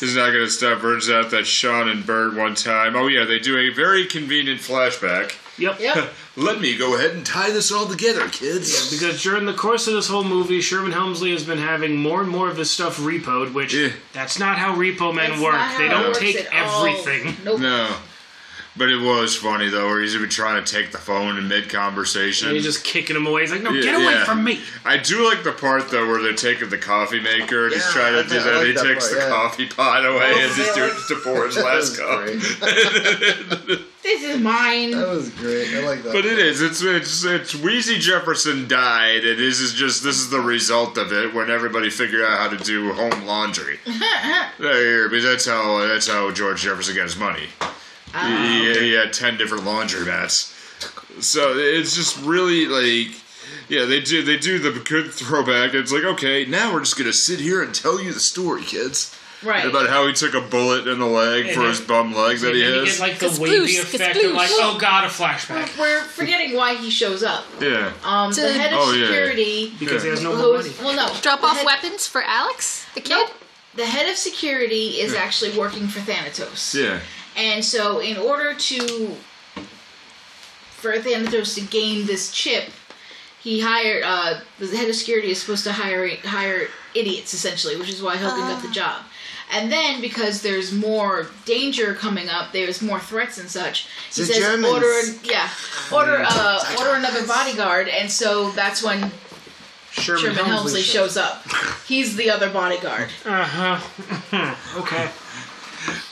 is not going to stop. Burns out that Sean and Bert one time. Oh yeah, they do a very convenient flashback.
Yep.
yep.
Let me go ahead and tie this all together, kids.
Because during the course of this whole movie, Sherman Helmsley has been having more and more of his stuff repoed, which
Yeah.
that's not how repo men
That's
work.
not how
They
it
don't
works
take
at all.
everything.
Nope.
No. But it was funny though, where he's even trying to take the phone in mid conversation.
And he's just kicking him away. He's like, no,
Yeah,
get away
yeah.
from me.
I do like the part though where they're taking the coffee maker and he's
Yeah,
trying
I
to
thi-
do
I
that.
like
he
that
takes
part,
the
yeah. Oh,
coffee pot away and just
really?
does it to pour his
[LAUGHS] That
last
was
cup.
great.
This is mine.
That was great. I like that.
But it is. It's it's it's Wheezy Jefferson died, and this is just this is the result of it when everybody figured out how to do home laundry. there, because that's how that's how George Jefferson got his money. He, he had ten different laundromats. So it's just really like. Yeah, they do. They do the good throwback. It's like, okay, now we're just gonna sit here and tell you the story, kids,
right.
about how he took a bullet in the leg for
Yeah.
his bum leg that
And
he
then you
has.
get like the
It's
wavy
loose, it's
effect of like,
loose.
oh god, a flashback.
We're forgetting why he shows up.
yeah,
Um, the
To-
head of
Oh, yeah.
security.
Because he has no more money.
Who's, well, no.
Drop
the
off
head-
weapons for Alex, the kid.
Nope. The head of security is actually working for Thanatos.
yeah.
And so, in order to for Thanatos to gain this chip, he hired uh, the head of security is supposed to hire hire idiots essentially, which is why Hogan got the job. And then because there's more danger coming up, there's more threats and such. He
The
says
Germans.
order an- yeah, order uh, order another bodyguard, and so that's when
Sherman,
Sherman Helmsley shows up. He's the other bodyguard.
Uh huh. Uh-huh. [LAUGHS] okay.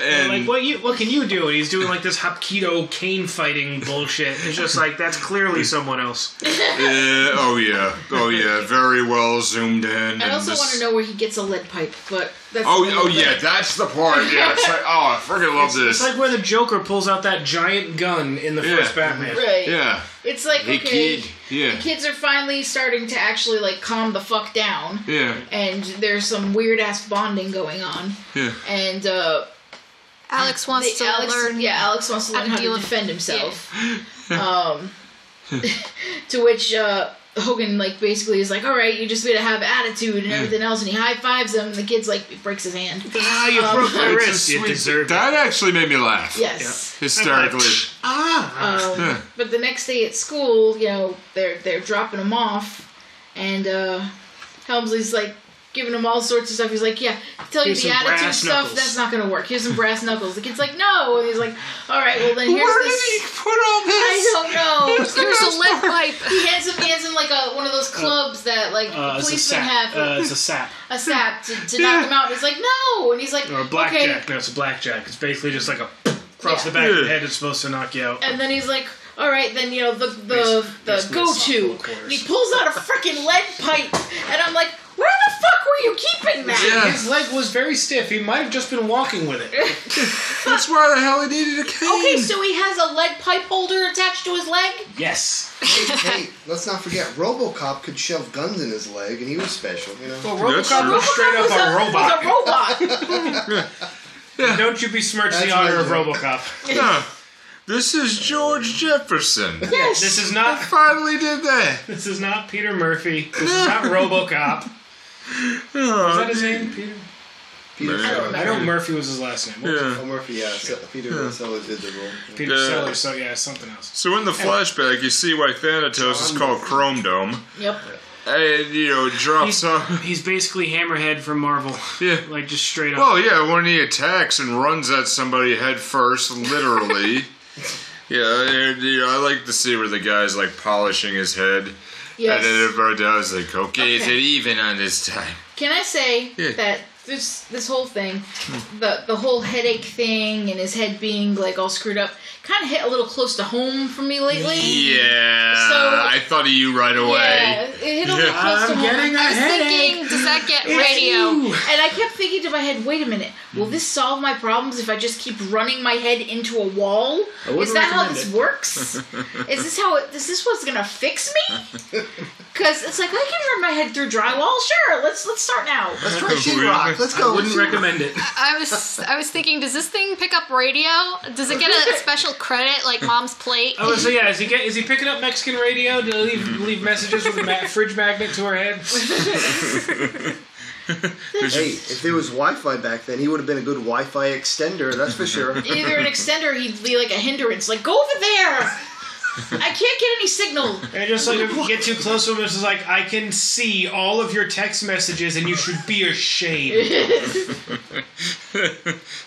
And
like what you what can you do? And he's doing like this Hapkido cane fighting bullshit. It's just like that's clearly someone else.
Yeah, oh yeah, oh yeah, very well zoomed in.
I also want to know where he gets a lead pipe, but that's
Oh,
another
oh
thing.
yeah, that's the part. Yeah, it's like, oh, I freaking love
It's
this.
like where the Joker pulls out that giant gun in the
Yeah.
first Batman.
Right.
yeah,
It's like
hey
okay,
kid, yeah,
kids are finally starting to actually like calm the fuck down,
yeah,
and there's some weird ass bonding going on,
yeah.
and uh,
Alex wants
they-
to
Alex,
learn.
yeah, Alex wants to
how
learn
to
how to
deal with-
defend himself. [LAUGHS]
[LAUGHS]
um, to which uh, Hogan like basically is like, all right, you just gotta have attitude and everything else, and he high fives him, and the kid's like breaks his hand.
Ah, you broke my
It's a
wrist. You
sweet-
deserve it.
that actually made me laugh.
Yes.
hysterically.
[LAUGHS] Ah.
Yeah.
Um, but the next day at school, you know, they're they're dropping him off, and uh, Helmsley's like giving him all sorts of stuff. He's like, "Yeah, tell
Here's
you the
some
attitude
brass
stuff.
knuckles.
That's not gonna work. Here's some brass knuckles." The kid's like, "No," and he's like, "All right, well then here's
Where did
this."
he put all
I
this?
don't know.
There's a
[LAUGHS]
lead pipe.
He hands him, he hands him like a one of those clubs that like
Uh, it's a
policemen
sap.
have,
Uh, it's a sap.
a sap to, to
[LAUGHS]
knock him out. He's like, "No," and he's like,
Or a
"Okay,
blackjack. No, it's a blackjack. It's basically just like a across
Yeah.
the back of the
Yeah.
head. It's supposed to knock you out.
And then he's like, all right, then you know the the the
basically
go
softball
to.
quarters.
And he pulls out a freaking lead pipe, and I'm like, where the fuck were you keeping that?
Yeah.
His leg was very stiff. He might have just been walking with it.
That's why the hell he needed a cane.
Okay, so he has a lead pipe holder attached to his leg.
Yes.
hey, let's not forget, RoboCop could shove guns in his leg, and he was special. You know.
Well,
That's
Robocop
true.
was straight up
was
a robot.
Was
[LAUGHS]
a robot.
Don't you besmirch
That's
the honor of
what-
RoboCop.
yeah. This is George Jefferson.
yes.
This is not.
Finally did that.
This is not Peter Murphy. This is not RoboCop. Is
Oh,
that his name? Peter.
Peter
Man.
Sellers.
I know Murphy was his last name. What was
Yeah.
Oh, Murphy, yeah. Se- Peter Sellers did the role.
it? Peter
Yeah.
Sellers. So yeah, something else.
So in the flashback, you see why Thanatos is called Chrome Dome.
yep.
And, you know, it drops
He's,
off.
he's basically Hammerhead from
[LAUGHS]
Marvel.
[LAUGHS] Yeah.
Like just straight up.
Well, Oh, yeah, when he attacks and runs at somebody head first,
[LAUGHS]
literally. yeah, and, you know, I like to see where the guy's like polishing his head.
Yes.
And then everybody does like, okay, is
Okay.
it even on this time?
Can I say
Yeah.
that this this whole thing, the the whole headache thing and his head being like all screwed up, kind of hit a little close to home for me lately.
Yeah,
So-
I thought of you right away.
Yeah, it hit a little
Yeah.
close to
I'm
home.
getting a
I was
headache.
thinking, does that get radio?
And I kept thinking to my head, wait a minute, will this solve my problems if I just keep running my head into a wall?
wouldn't
Is that how
recommend
this
[LAUGHS]
it.
works? is this how it, is this what's gonna fix me?
[LAUGHS]
Because it's like I can run my head through drywall. Sure, let's let's start now.
Let's try Sheetrock. Let's go.
I wouldn't
[LAUGHS]
recommend it.
I was I was thinking, does this thing pick up radio? Does it get a special credit like Mom's plate?
Oh, so yeah, is he get,
Is he picking up Mexican radio to leave
Mm-hmm.
leave messages with a
[LAUGHS]
ma- fridge magnet to her head?
Hey, if there was Wi-Fi back then, he would have been a good Wi-Fi extender. That's for [LAUGHS] sure.
Either an extender, or he'd be like a hindrance. Like go over there.
[LAUGHS]
I can't get any signal.
And just like if you get too close to him, it's just like I can see all of your text messages, and you should be
[LAUGHS]
ashamed.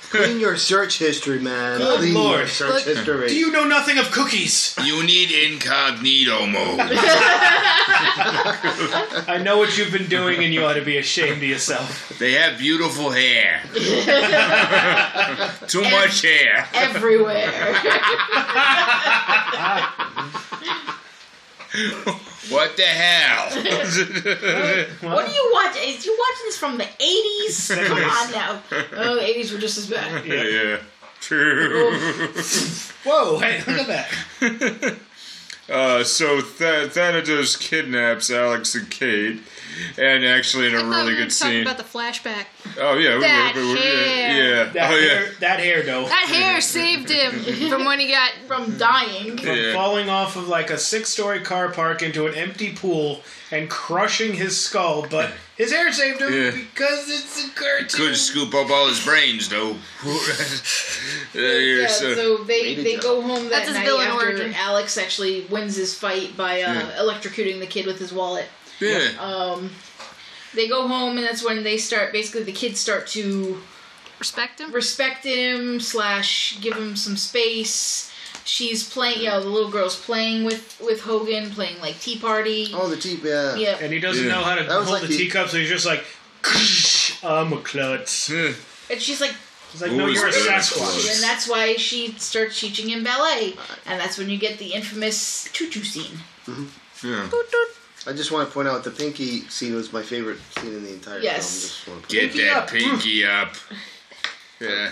Clean your search history, man.
Good
Clean Your
lord.
search history.
Do you know nothing of cookies?
You need incognito mode.
[LAUGHS]
I know what you've been doing, and you ought to be ashamed of yourself.
They have beautiful
[LAUGHS]
hair. Too much hair.
Everywhere.
What the
[LAUGHS]
hell? [LAUGHS]
what do you watch? Is you watching this from the eighties? Come on now. Oh, the eighties were just as bad.
yeah. True.
Whoa! Hey, [LAUGHS] look at
[LAUGHS]
that.
Uh, so Th- Thanatos kidnaps Alex and Kate, and actually in a
I thought
really
we were
good
talking
scene.
about the flashback.
oh yeah, we
That
were, we were- yeah,
hair.
yeah.
That
oh
hair,
yeah.
that hair though,
That hair saved
[LAUGHS]
him from when he got.
From dying.
from
Yeah.
falling off of like a six-story car park into an empty pool and crushing his skull,
[LAUGHS]
but his hair saved him
Yeah.
because it's a cartoon.
Could scoop up all his brains [LAUGHS] though. yeah,
Yeah,
yeah,
so,
so,
they, they go home that
That's his
night
villain
after
origin.
Alex actually wins his fight by uh,
Yeah.
electrocuting the kid with his wallet.
yeah.
Um, they go home, and that's when they start. Basically, the kids start to
Respect him.
respect him slash give him some space. She's playing, you know, the little girl's playing with with Hogan, playing like tea party.
Oh, the cheap. Yeah.
yeah,
and he doesn't
Yeah.
know how to
That was
hold
like
the
the-
teacup, so he's just like, I'm a klutz.
Yeah.
and she's like,
He's like,
Who
no,
is
you're a
this
Sasquatch.
klutz?
and that's why she starts teaching him ballet, and that's when you get the infamous tutu scene.
yeah.
I just want to point out the pinky scene was my favorite scene in the entire
Yes.
film. Just want to
Get that pinky up. Yeah.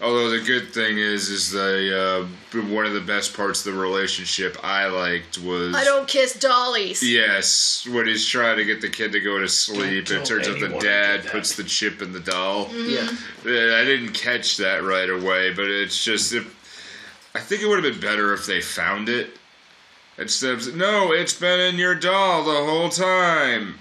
Although the good thing is, is the uh, one of the best parts of the relationship I liked was
I don't kiss dollies.
yes when he's trying to get the kid to go to sleep.
Don't
It
tell
turns out the
anyone I
dad
did that.
puts the chip in the doll.
Yeah.
Yeah, I didn't catch that right away, but it's just if I think it would have been better if they found it instead of no, it's been in your doll the whole time.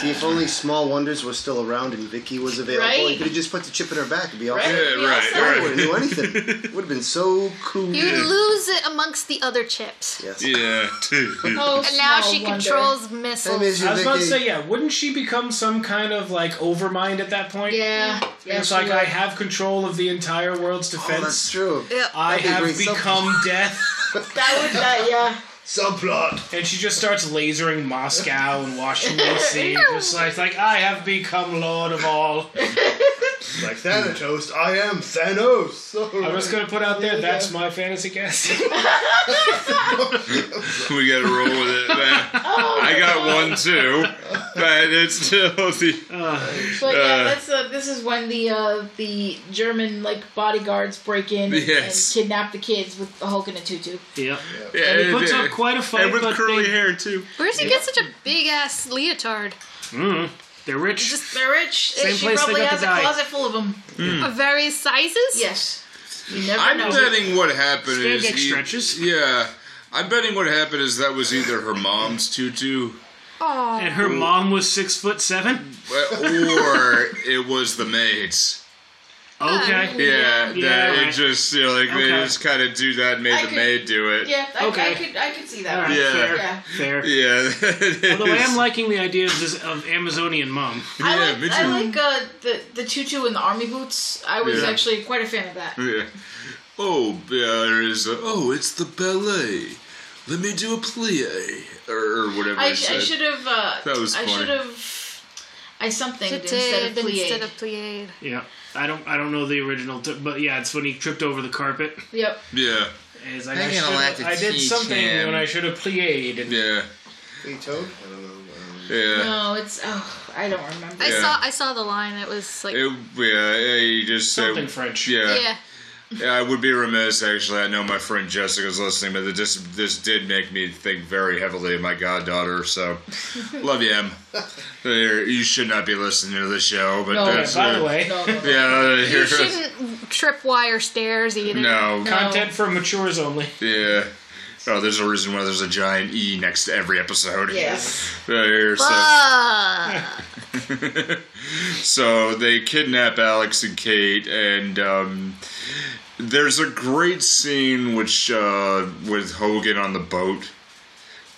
See, if only Small Wonders was still around and Vicky was available,
Right?
he could have just put the chip in her back and be all
Yeah,
right.
right,
also-
would
right.
have knew
[LAUGHS]
anything. Would have been so cool.
You would lose it amongst the other chips.
Yes.
Yeah. [LAUGHS]
Oh,
And now
small
she
wonder.
controls
Hey,
missiles.
Miss
I was about to
Vicky.
say, yeah, wouldn't she become some kind of like overmind at that point?
Yeah, yeah,
It's
she
like, I
would.
have control of the entire world's
Oh, that's
defense.
true.
Yeah.
I
That'd be
have
great stuff.
become
[LAUGHS]
death.
That would, that, yeah.
Subplot.
And she just starts lasering Moscow and
[LAUGHS]
Washington, D.C. Just like, like, I have become lord of all.
Like Thanatos, I am Thanos. [LAUGHS]
I'm just going to put out there, that's my fantasy
[LAUGHS]
cast.
we gotta roll with it. Man. I got one too, but it's [LAUGHS] still the
But yeah,
Uh,
that's uh, this is when the uh, the German like bodyguards break in and-
Yes.
and kidnap the kids with the Hulk and a tutu.
Yep.
yeah,
And he
it-
puts up
it-
quite a fight,
and with
but
curly
they,
hair too.
Where does he get such a big ass leotard?
they're rich.
Just
They're rich.
Same
she
place they
probably
got
has
the
a
dye.
closet full of them.
Hmm.
of various sizes.
Yes. You never
I'm
know.
betting what happened is
Spandex
he-
stretches.
Yeah, I'm betting what happened is that was either her mom's tutu.
Aw.
and her mom was six foot seven.
uh, or it was the maids.
Okay.
Yeah,
Yeah,
that it
right.
just you know, like they
Okay.
just kind of do that, and made
I
the
could-
maid do it.
Yeah, I,
Okay.
I could I could see that.
All right,
Yeah.
Fair.
Yeah.
Fair.
yeah. [LAUGHS]
Although I am liking the idea of this of Amazonian mom.
I
Yeah,
like
me
I
too.
like uh, the the tutu and the army boots. I was
Yeah.
actually quite a fan of that.
[LAUGHS] Yeah. Oh, yeah, there is. A, oh, it's the ballet. Let me do a plie or, or whatever I,
I, I
said.
should have. Uh,
That was
I
funny.
should have. I something
Did
instead of plie.
instead of plié.
Yeah, I don't I don't know the original, t- but yeah, it's when he tripped over the carpet.
yep.
Yeah.
And He's like,
They're
I,
gonna
should've-
like to
I did
teach
something
him."
when I should have plied. And
Yeah.
Hey, Toad? I don't know. Um,
Yeah.
No, it's oh, I don't remember.
I
Yeah.
saw I saw the line. It was like
It, yeah, he just said.
Something French.
Yeah.
yeah.
Yeah, I would be remiss. Actually, I know my friend Jessica's listening, but this this did make me think very heavily of my goddaughter. So,
[LAUGHS]
love you, Em. There- You should not be listening to the show, but
No, yeah,
that's
by the
uh,
way,
No, no, no.
yeah,
You shouldn't trip wire stairs either.
no,
content for matures only.
yeah. Oh, there's a reason why there's a giant E next to every episode.
Yes.
Right here, so,
Fuck.
[LAUGHS] so they kidnap Alex and Kate, and um, there's a great scene which uh, with Hogan on the boat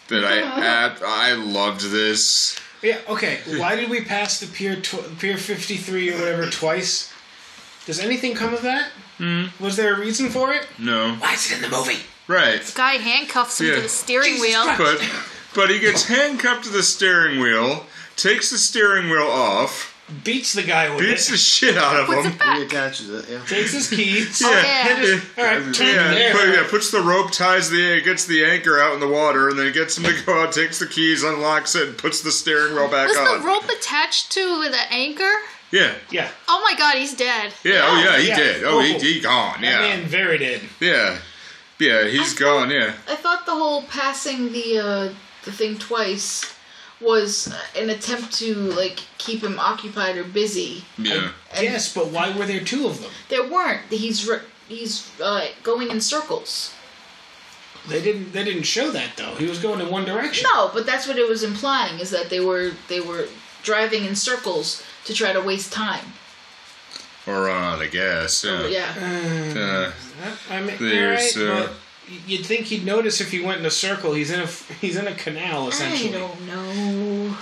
that
[LAUGHS]
I ab- I loved this.
Yeah, okay. Why did we pass the pier tw- pier 53 or whatever twice? Does anything come of that?
Hmm.
Was there a reason for it?
No,
Why is it in the movie?
right,
Guy handcuffs him
Yeah.
to the steering
Jesus
wheel.
Christ.
but but he gets handcuffed to the steering wheel, takes the steering wheel off,
Beats the guy with
beats
it.
the shit out of
Puts
him.
it back.
reattaches it, yeah.
[LAUGHS] Takes his
[LAUGHS]
keys.
Oh, yeah.
Yeah,
All right, turn
yeah,
there.
put- yeah, puts the rope, ties the gets the anchor out in the water, and then gets him to go out, takes the keys, unlocks it, and puts the steering wheel back
Was
on.
the rope attached to the anchor?
yeah,
Yeah.
Oh my god, he's dead.
yeah, oh yeah, he
Yeah.
did. Oh, he
Oh.
he gone.
That
Yeah,
man very did.
yeah, yeah, he's gone. Yeah,
[LAUGHS] I thought the whole passing the uh, the thing twice was uh, an attempt to like keep him occupied or busy.
yeah.
yes, but why were there two of them?
There weren't. He's re- he's uh, going in circles.
They didn't. They didn't show that though. He was going in one direction.
No, but that's what it was implying is that they were they were driving in circles to try to waste time.
Or on, I guess. Yeah.
Oh, Yeah.
Uh,
I mean,
There's,
all right,
uh,
but y- you'd think he'd notice if he went in a circle. He's in a. [LAUGHS] f- He's in a canal
I
essentially.
don't know.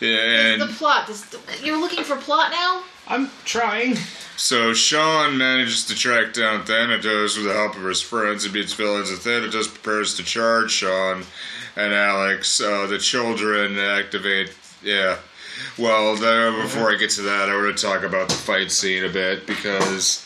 yeah, and
the plot. This, you're looking for plot now.
I'm trying.
So Sean manages to track down Thanatos with the help of his friends and beats villains. And Thanatos prepares to charge Sean and Alex. Uh, the children activate. Yeah. Well, the, before I get to that, I want to talk about the fight scene a bit because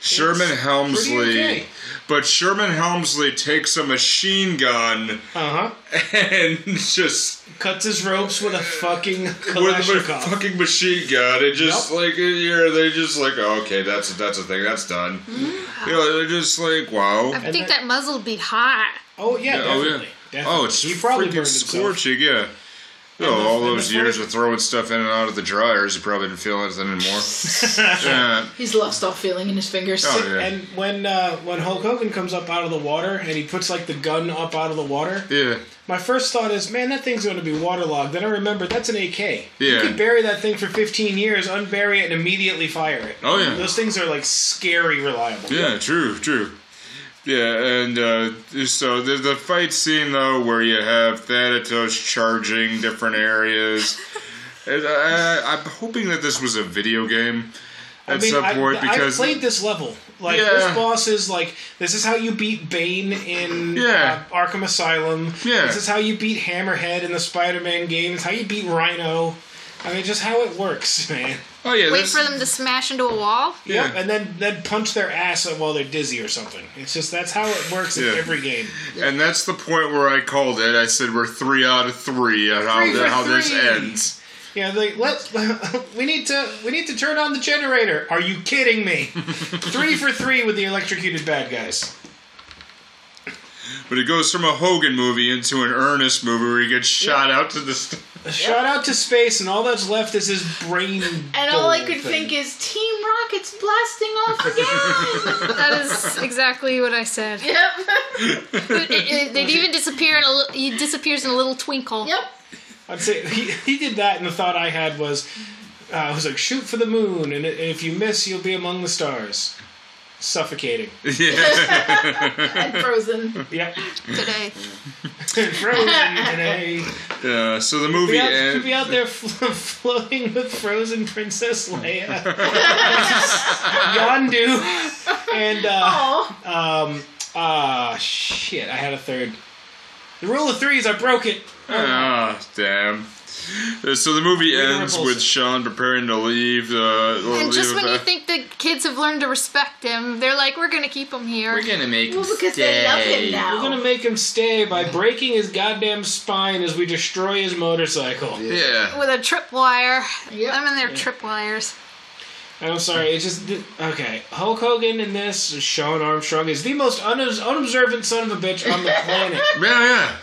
Sherman Helmsley.
okay.
But Sherman Helmsley takes a machine gun [LAUGHS]
Uh huh.
and just
Cuts his ropes with a fucking
with a
Kalashnikov.
fucking machine gun and just like you're they just like oh, okay that's that's a thing that's done you know they're just like wow
I think that muzzle would be hot.
oh yeah,
oh yeah
definitely. definitely.
oh it's
he probably
freaking
burned himself.
scorching yeah Oh,
the-
all
and the
those years
funny-
of throwing stuff in and out of the dryers, you probably didn't feel anything anymore.
[LAUGHS]
yeah.
He's lost all feeling in his fingers.
Oh, yeah.
And when uh, when Hulk Hogan comes up out of the water and he puts like the gun up out of the water,
Yeah.
my first thought is, man, that thing's going to be waterlogged. Then I remember that's an AK. You
Yeah.
could bury that thing for 15 years, unbury it, and immediately fire it.
Oh, yeah.
Those things are like scary reliable.
Yeah, true, true. Yeah, and uh, so there's the fight scene though where you have Thanatos charging different
[LAUGHS]
areas. And I, I, I'm hoping that this was a video game at
I mean,
some
I,
point
I
because
played this level. Like
Yeah.
this boss is like this is how you beat Bane in
Yeah.
uh, Arkham Asylum.
Yeah.
This is how you beat Hammerhead in the Spider-Man games. How you beat Rhino. I mean, just how it works, [LAUGHS] man.
oh yeah,
Wait
this-
for them to smash into a wall.
Yeah.
Yep, and then then punch their ass while they're dizzy or something. It's just that's how it works
Yeah.
in every game.
and that's the point where I called it. I said we're three out of three on how,
Three for
how this
three.
ends.
Yeah, like let [LAUGHS] we need to we need to turn on the generator. Are you
[LAUGHS]
kidding me? three for three with the electrocuted bad guys.
But it goes from a Hogan movie into an Ernest movie where he gets shot out to the. St- [LAUGHS]
Shout out to space, and all that's left is his brain.
[LAUGHS] And all I could think is Team Rocket's blasting off
[LAUGHS]
again.
That is exactly what I [LAUGHS] said.
yep.
It, it- they'd even disappear in a li- he disappears in a little twinkle.
[LAUGHS] Yep.
I'd say he, he did that, and the thought I had was, uh, I was like, shoot for the moon, and i- if you miss, you'll be among the stars. Suffocating. [LAUGHS]
yeah,
[LAUGHS] And Frozen.
Yep.
Today.
[LAUGHS] Frozen
[LAUGHS]
today.
yeah. So the movie
Be out, could
ends.
be out there flo- [LAUGHS] floating with frozen Princess
[LAUGHS]
Leia, Yondu, and
[LAUGHS]
uh,
Oh.
um, ah, shit, I had a third. The rule of threes, I broke it.
Ah, damn. Uh, So the movie
Wait,
ends
Repulsa.
with Sean preparing to leave. Uh,
And just
leave
when you
the-
think the kids have learned to respect him, they're like, "We're gonna keep him here."
We're gonna make
Well,
him
because they love him
stay.
now.
We're gonna make him stay by breaking his goddamn spine as we destroy his motorcycle.
Yeah.
with a tripwire.
Yep.
Them and their tripwires.
And I'm sorry, it's just th- okay. Hulk Hogan in this Sean Armstrong is the most unos unobservant son of a bitch on the
[LAUGHS]
planet.
Yeah, yeah.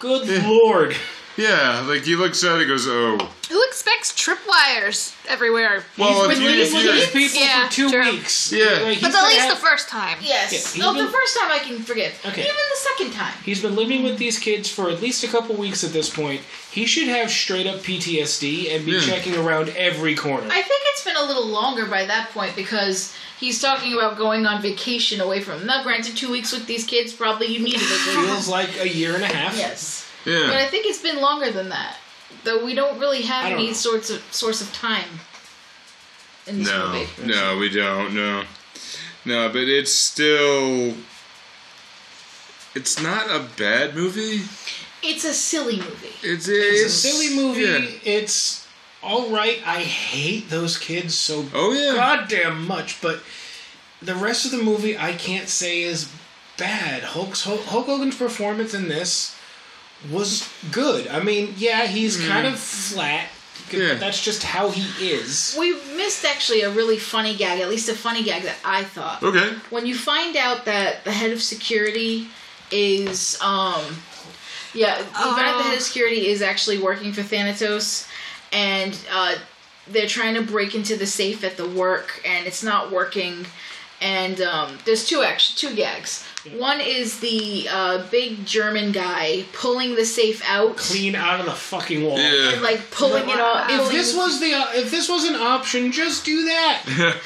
Good lord!
Yeah, like he looks at it and goes, oh.
Who expects tripwires everywhere?
Well,
He's
if
been
you, if
living with
you,
these people
Yeah,
for two
true.
weeks.
Yeah.
he's
but
gonna
at least
have-
the first time.
Yes.
Yeah,
no,
even-
the first time I can forgive.
Okay.
Even the second time.
He's been living with these kids for at least a couple weeks at this point. He should have straight up PTSD and be
Yeah.
checking around every corner.
I think it's been a little longer by that point because he's talking about going on vacation away from. Now, granted, two weeks with these kids probably you [LAUGHS] need a vacation.
Feels like a year and a half.
yes, but I
yeah.
think it's been longer than that. Though we don't really have
I don't
any
know.
sorts of source of time in this
No,
movie.
no, we don't, no. No, but it's still. It's not a bad movie.
It's a silly movie.
It's, it's,
It's a silly movie.
yeah.
It's all right. I hate those kids so
Oh, yeah.
goddamn much, but the rest of the movie I can't say is bad. Hulk's, Hulk, Hulk Hogan's performance in this was good. I mean, yeah, he's kind of flat.
Mm-hmm. Yeah.
That's just how he is.
We missed actually a really funny gag, at least a funny gag that I thought.
Okay.
When you find out that the head of security is, um, yeah, you find out the head of security is actually working for Thanatos, and uh, they're trying to break into the safe at the work, and it's not working. And um, there's two actually two gags. One is the uh, big German guy pulling the safe out,
Clean out of the fucking wall.
and,
Yeah.
like pulling it off.
If
pulling-
this was the uh, if this was an option, just
[LAUGHS]
do that.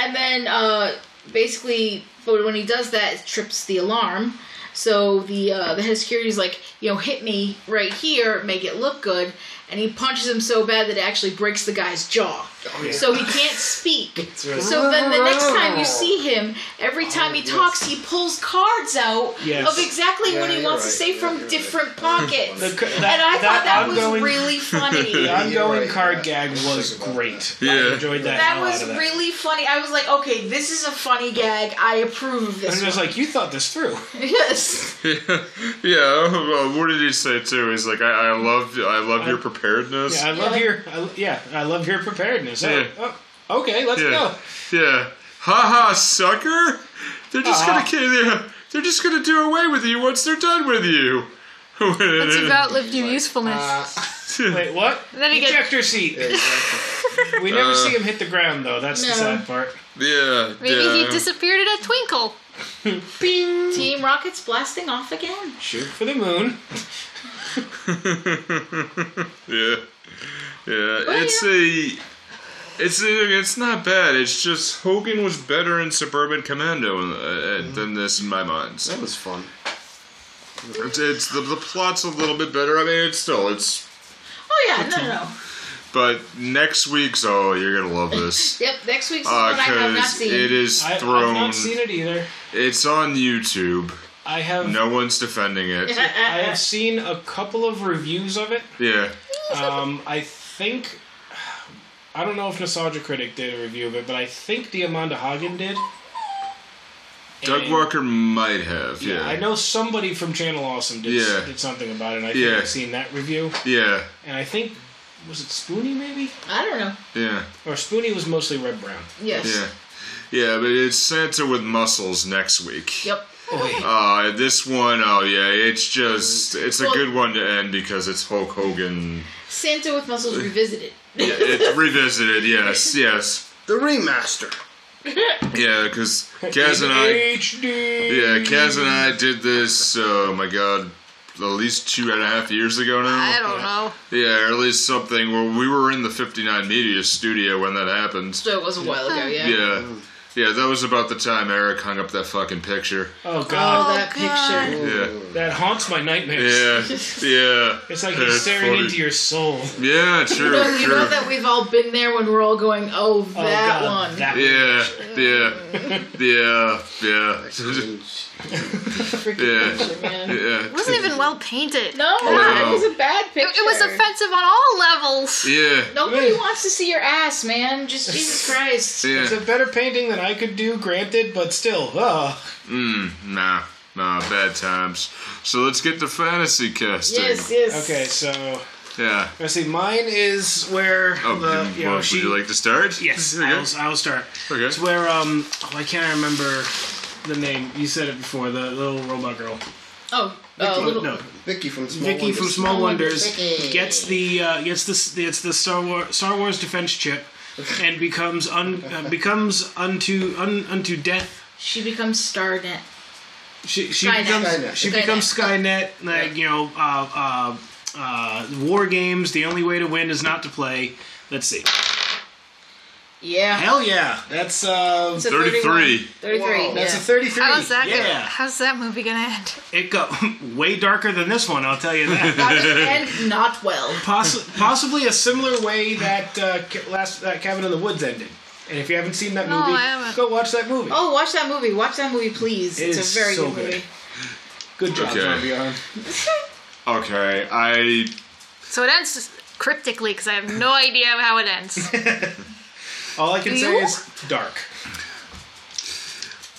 And then uh, basically, but when he does that, it trips the alarm. So the uh, the head of security's like, you know, hit me right here, make it look good. And he punches him so bad that it actually breaks the guy's jaw. So he can't
[LAUGHS]
speak.
Oh, really- Oh,
so then the next time you see him, every time he
yes.
talks, he pulls cards out
Yes.
of exactly what
Yeah,
he
you're
wants to
right.
say
Yeah,
from
you're right.
different pockets.
The c- that-
and I thought that was
ongoing-
really funny.
[LAUGHS]
[LAUGHS]
The ongoing
right,
card
yeah.
gag was great. I
Yeah.
enjoyed that.
That
hell out
was
of that.
really funny. I was like, okay, this is a funny gag. I approve of
And
this.
it was like you thought this through.
one. [LAUGHS] yes.
[LAUGHS] yeah. Well, what did he say too? He's like, I, I love, I love your preparedness.
Yeah, I love your I, yeah, I love your preparedness. Oh,
Yeah.
oh, okay, let's
Yeah.
go.
Yeah. Ha ha, sucker! They're just
Aw.
gonna kill you. They're just gonna do away with you once they're done with you. [LAUGHS]
Once you've outlived your usefulness.
Wait, what?
Then he gets-
Ejector seat. [LAUGHS] we
Uh,
never see him hit the ground though. That's the
No.
sad part.
[LAUGHS] yeah.
Maybe
yeah.
he disappeared in a twinkle.
Team Rocket's blasting off again.
Shoot for the moon.
yeah. Yeah. It's a. It's a, it's not bad. It's just Hogan was better in Suburban Commando in, uh, uh, than this in my mind. So
That was fun.
It's, it's the, the plot's a little bit better. I mean, it's still it's.
Oh yeah, no, no, no.
But next week's oh, you're gonna love
[LAUGHS]
this
Yep, next week's is one I have not
because
seen.
it is
I,
thrown.
I've not seen it either.
It's on YouTube.
I have
No one's defending it.
Uh,
I have seen a couple of reviews of it.
Yeah.
Um, I think I don't know if Nostalgia Critic did a review of it, but I think Diamanda Hagen did.
Doug
And-
Walker might have.
Yeah,
Yeah.
I know somebody from Channel Awesome did,
Yeah.
did something about it. And I think
Yeah.
I've seen that review,
Yeah.
and I think was it Spoonie maybe
I don't know.
Yeah.
or Spoonie was mostly Red Brown.
Yes.
Yeah. Yeah, but it's Santa with muscles next week.
Yep.
Uh, this one, oh yeah, it's just it's a
Mm. Well-
good one to end because it's Hulk Hogan.
Santa with muscles revisited.
Yeah, it's revisited. Yes, yes,
The [LAUGHS] remaster.
yeah.
[LAUGHS]
Because Kaz and I,
HD.
Yeah, Kaz and I did this. Oh my god, at least two and a half years ago now.
I don't know.
yeah, or at least something where we were in the 59 Media studio when that happened.
So it was a while ago. Yeah.
Yeah, Yeah, that was about the time Eric hung up that fucking picture.
Oh
Oh,
god,
that
God.
picture.
Yeah.
that haunts my nightmares.
Yeah, yeah.
It's like
That's
he's staring
funny.
into your soul.
Yeah,
[LAUGHS] You
true,
know, you
true.
know that we've all been there when we're all going, oh,
Oh
that
god,
one.
that
Yeah, yeah, yeah,
[LAUGHS]
yeah, [LAUGHS]
Freaking
Yeah.
picture, man.
yeah.
It wasn't even well painted.
No,
Wow.
it was a bad
It,
picture.
it was offensive on all levels.
Yeah,
Nobody wants to see your ass, man. Just Jesus Christ.
It's a
yeah.
better painting than I could do, granted, but still.
uh.
Ugh.
Mm, Nah, nah, bad times. So let's get to fantasy casting.
Yes, yes.
Okay, so
Yeah.
let's see. Mine is where
Oh,
the,
you,
you know,
would
she
you like to start?
Yes,
Okay.
I'll, I'll start.
Okay.
It's where um, oh, I can't remember the name. You said it before. The little robot girl.
Oh, uh, little,
no,
Vicky from Small
Vicky from
Wonders.
Small Wonders
Vicky.
gets the uh, gets the it's the Star Wars Star Wars defense chip, and becomes un uh, becomes unto un, unto death.
she becomes Starnet.
She, she
Skynet.
becomes
Skynet.
she
Skynet.
becomes Skynet. Like you know, uh, uh, uh, war games. The only way to win is not to play. Let's see.
Yeah.
Hell yeah!
That's uh
It's a
33.
31. 33, yeah.
that's a thirty three.
How's that
Yeah.
gonna, How's that movie gonna end?
It got
[LAUGHS]
way darker than this one. I'll tell you
[LAUGHS]
that.
That would end not well.
Possi-
Possibly a similar way that uh, ca- last that Cabin in the Woods ended. And if you haven't seen that
No,
movie,
I haven't.
go watch that movie.
Oh, watch that movie. Watch that movie, please.
It
it's
is
a very
so
good movie.
Good job,
Okay.
Zombie Arm.
Okay, I
So it ends cryptically because I have [LAUGHS] no idea how it ends.
All I can
Do
say
you?
is dark.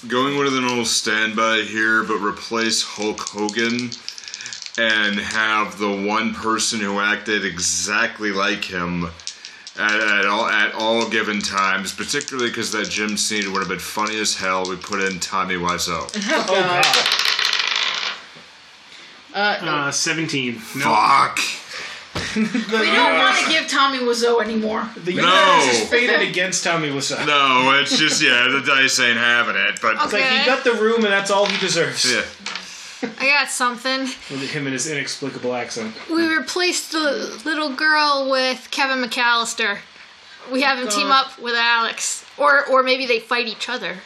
going with an old standby here, but replace Hulk Hogan and have the one person who acted exactly like him at, at all at all given times, particularly because that gym scene would have been funny as hell. We put in Tommy Wiseau.
Oh god.
Uh, 17. No.
Fuck.
We don't want to give Tommy Wiseau anymore.
The
No.
universe is fated against Tommy Wiseau.
No, it's just yeah, the dice ain't having it. But
It's like
Okay.
he got the room, and that's all he deserves.
yeah,
I got something.
With him and his inexplicable accent.
We replaced the little girl with Kevin McAllister. We have him team up with Alex, or or maybe they fight each other.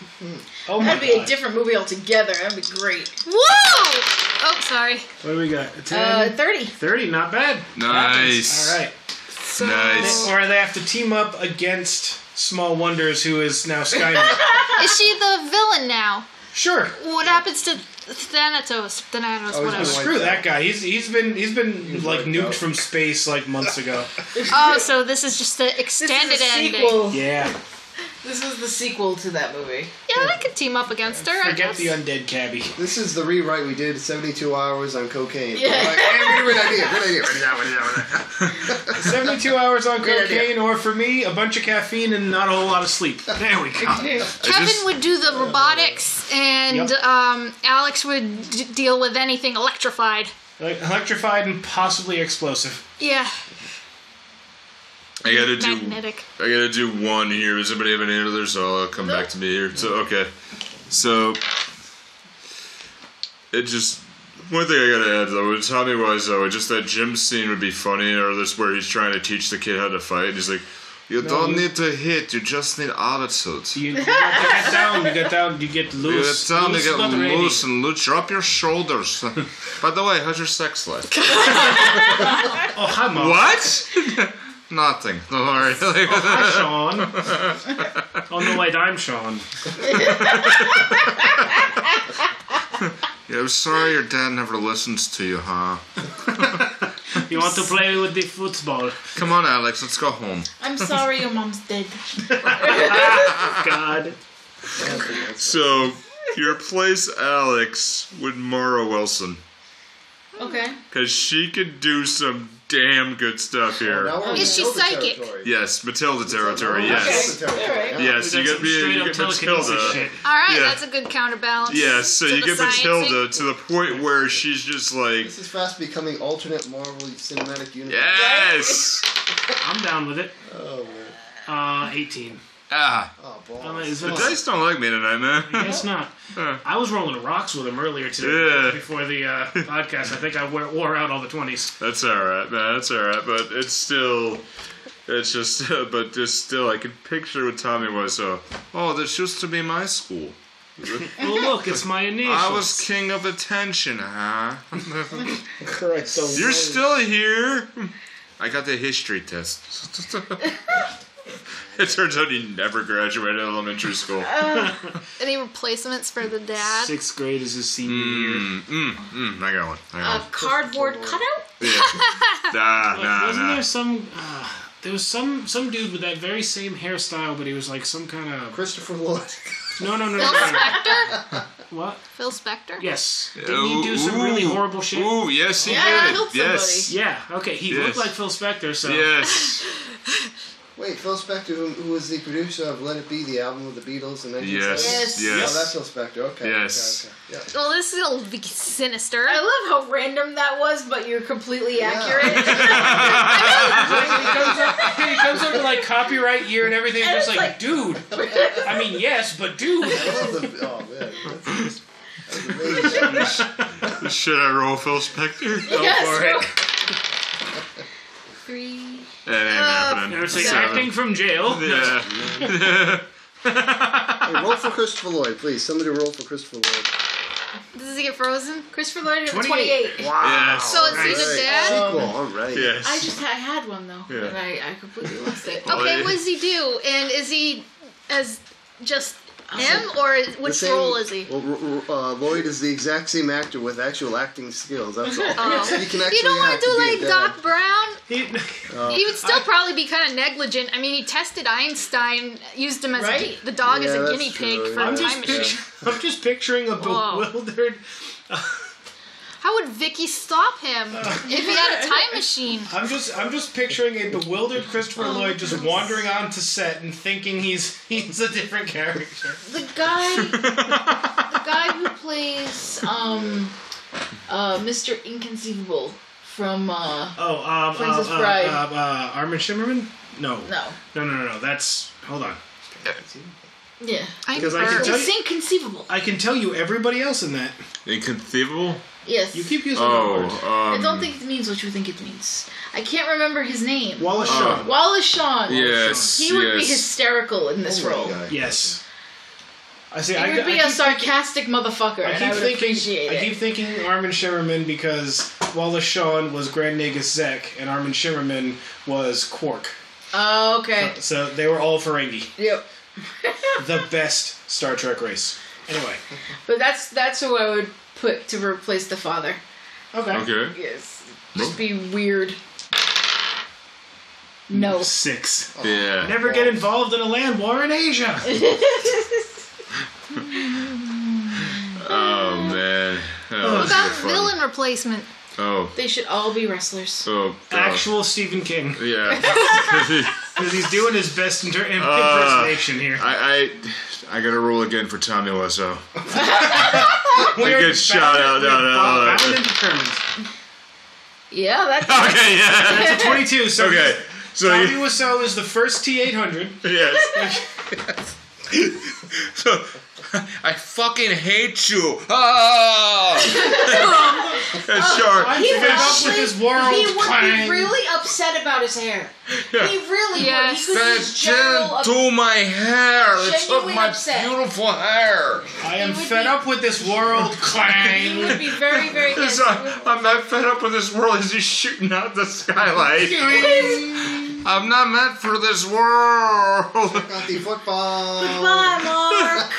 Oh my
That'd be a
god.
different movie altogether. That'd be great.
Whoa! Oh, sorry.
What do we got? 10,
Uh, 30.
30, not bad.
Nice.
All right.
So,
[LAUGHS]
Nice.
Or they have to team up against Small Wonders, who is now [LAUGHS] Skynet.
[LAUGHS] Is she the villain now?
sure.
What happens to Thanatos? Thanatos,
he's
whatever.
been
Screw that guy. He's he's been he's been like nuked from space like months [LAUGHS] ago.
Oh, so this is just the
This
extended
is the
ending.
sequel.
Yeah.
This is the sequel to that movie.
Yeah, I could team up against her. I
Forget
guess.
the undead [LAUGHS] cabbie.
This is the rewrite we did 72 hours on cocaine.
Yeah.
Like, hey, great idea, great idea.
Seventy-two hours on
Great idea.
cocaine, or for me, a bunch of caffeine and not a whole lot of sleep. There we [LAUGHS] go.
Kevin
just-
would do the robotics, and
Yep.
um, Alex would d- deal with anything electrified.
Like, electrified and possibly explosive.
Yeah,
I gotta do.
magnetic.
I gotta do one here. Does anybody have any others? So I'll come back to me here. So okay. So it just one thing I gotta add though with Tommy Wiseau, just that gym scene would be funny, or this where he's trying to teach the kid how to fight. and He's like, "You don't need to hit. You just need attitude."
You, you got to [LAUGHS] get down. You get down. You get
You get
loose.
down, you
loose
get
but ready.
loose and loose. Drop
[LAUGHS]
your shoulders. By the way, how's your sex life?
Oh hi, mom.
what?
[LAUGHS]
Nothing. [LAUGHS] Don't worry.
Hi, Sean. oh no, wait, I'm Sean.
[LAUGHS] yeah, I'm sorry your dad never listens to you, huh?
You want to play with the football?
Come on, Alex. Let's go home.
[LAUGHS] I'm sorry your mom's dead.
God.
So you replace Alex with Mara Wilson
Okay.
because she could do some damn good stuff here.
Now we're in
Is she
Matilda
psychic?
territory.
Yes, Matilda territory. Yes,
Matilda
Okay.
territory,
All
yeah.
yes. You
That's
get
some
me.
straight
You
up
get
telekinesis
Matilda.
shit.
All right,
Yeah.
that's a good counterbalance.
Yes, so
to
you
the
get
science
Matilda
thing.
to the point where she's just like,
This is fast becoming alternate Marvel cinematic universe.
yes,
I'm down with it.
Oh, man.
Uh, 18.
ah.
Oh,
I'm
balls.
like, is
The
that-
dice don't like me tonight, man.
Guess not.
Huh.
I was rolling rocks with him earlier today
Yeah.
before
[LAUGHS]
the uh, podcast. I think I wore, wore out all the 20s.
That's all right, man. That's all right, but it's still. It's just, [LAUGHS] but just still, I could picture what Tommy was. So, oh, this used to be my school.
Oh look, it's my initials.
I was king of attention, huh?
Correct.
You're still here. I got the history test. [LAUGHS] it turns out he never graduated elementary school.
Oh.
Any replacements for the dad?
sixth grade is his senior year.
Mm, mm, mm, I got one. I
A
got one.
cardboard cutout?
[LAUGHS]
Yeah. Nah, nah,
Oh. Wasn't
nah.
there some? Uh, there was some some dude with that very same hairstyle, but he was like some kind of
[LAUGHS] Christopher Lloyd. [LAUGHS]
no no
Phil
no no, no, no.
Spector?
what?
Phil Spector?
Yes, didn't he do some
Ooh,
really horrible shit?
Ooh, yes, he
Yeah, I
did.
killed somebody.
Yes.
Yeah, okay, he
Yes.
looked like Phil Spector, so
Yes.
Wait, Phil Spector, who, who was the producer of Let It Be, the album with the Beatles in 1970?
Yes.
Yes.
Oh, that's
Yes.
Phil Spector. Okay.
Yes.
Okay, okay.
Well, this will be sinister.
I love how random that was, but you're completely accurate.
[LAUGHS] he comes up he comes up to like copyright year and everything, and just like, dude. I mean, yes, but dude.
Yeah. I love the. Oh, man. That's, that's amazing.
Should I roll Phil
[LAUGHS]
Spector? Go
Yes,
for it.
bro.
Three.
It ain't
Uh,
happening.
Never say
So,
acting from jail.
Yeah.
hey, roll for Christopher Lloyd, please. Somebody roll for Christopher Lloyd.
Does he get frozen?
Christopher Lloyd is 28.
28.
Wow.
Yes.
So it's
All
either
right.
dad.
Sequel, all right.
Yes.
I just I had one though,
Yeah.
and I, I completely lost it.
Oh,
Okay,
yeah.
what does he do? And is he as just him, or is-
The
which
same-
role is he?
Well, R- R- uh, Lloyd is the exact same actor with actual acting skills. That's all.
[LAUGHS] Oh.
So you can actually
You don't want
act
to
and be
do like
a dad.
Doc Brown.
He- [LAUGHS]
He would still probably be kind of negligent. I mean, he tested Einstein, used him as a, gu-
Right?
the dog as
Yeah,
a
that's
guinea pig
true,
for
yeah.
a
I'm
time
just
machine.
picturing, I'm just picturing a
Whoa.
bewildered.
How would Vicky stop him if he
[LAUGHS]
had a time machine?
I'm just I'm just picturing a bewildered Christopher Lloyd just wandering onto set and thinking he's he's a different character.
The guy, the guy who plays um, uh, Mr. Inconceivable from uh,
Oh, um,
Princess
uh, uh,
Bride.
uh, uh, Armin Shimmerman? No.
no,
no, no, no, no. That's hold on.
yeah,
I'm
Because I can
burnt.
tell
it's inconceivable.
I can tell you everybody else in that.
Inconceivable.
Yes,
You keep using that word.
Oh.
I
Um,
don't think it means what you think it means. I can't remember his name.
Wallace
uh,
Shawn.
Wallace Shawn.
Yes.
He would be
yes.
hysterical in this
Oh my
role.
God.
Yes. I see.
He
I,
would
I
be
keep
a sarcastic motherfucker,
I
and
keep
I would
thinking
appreciate
I
it.
keep thinking Armin Shimmerman because Wallace Shawn was Grand Nagus Zek and Armin Shimmerman was Quark.
oh, okay.
So they were all Ferengi.
Yep.
The best Star Trek race. Anyway.
But that's that's who I would put to replace the father.
Okay.
Okay.
Yes. Just be weird. No.
Six.
Yeah.
Never get involved in a land war
[LAUGHS]
in Asia.
Oh man. Oh.
What about villain replacement?
Oh.
They should all be wrestlers.
oh God.
Actual Stephen King.
Yeah.
[LAUGHS]
Because he's doing his best inter- im-
Uh,
impersonation here.
I I I gotta roll again for Tommy
[LAUGHS]
Wiseau.
We
good shout out, no, no, no, no.
Bound and determined.
Yeah, that's
[LAUGHS]
Okay. Yeah.
That's a 22,
[LAUGHS]
so
Okay. So
Tommy
you,
Wiseau is the first T-800.
yes.
[LAUGHS]
[LAUGHS] so [LAUGHS] I fucking hate you.
[LAUGHS]
Ah. [LAUGHS] and shark.
I'm fed up
actually-
with his world.
He would
Clang.
be really upset about his
[LAUGHS]
hair. He really
Yes.
would. He could be
That
general
gin
up-
to my hair. It took
Genuine
my
upset.
beautiful hair.
I am
He would
fed
be-
up with this world.
[LAUGHS] [LAUGHS] He
Clang.
would be very, very
It's, uh, I'm not fed up with this world. Is just shooting out the
[LAUGHS]
skylight? I'm not meant for this world. [LAUGHS]
Got the football.
Bye,
[LAUGHS]
Mark.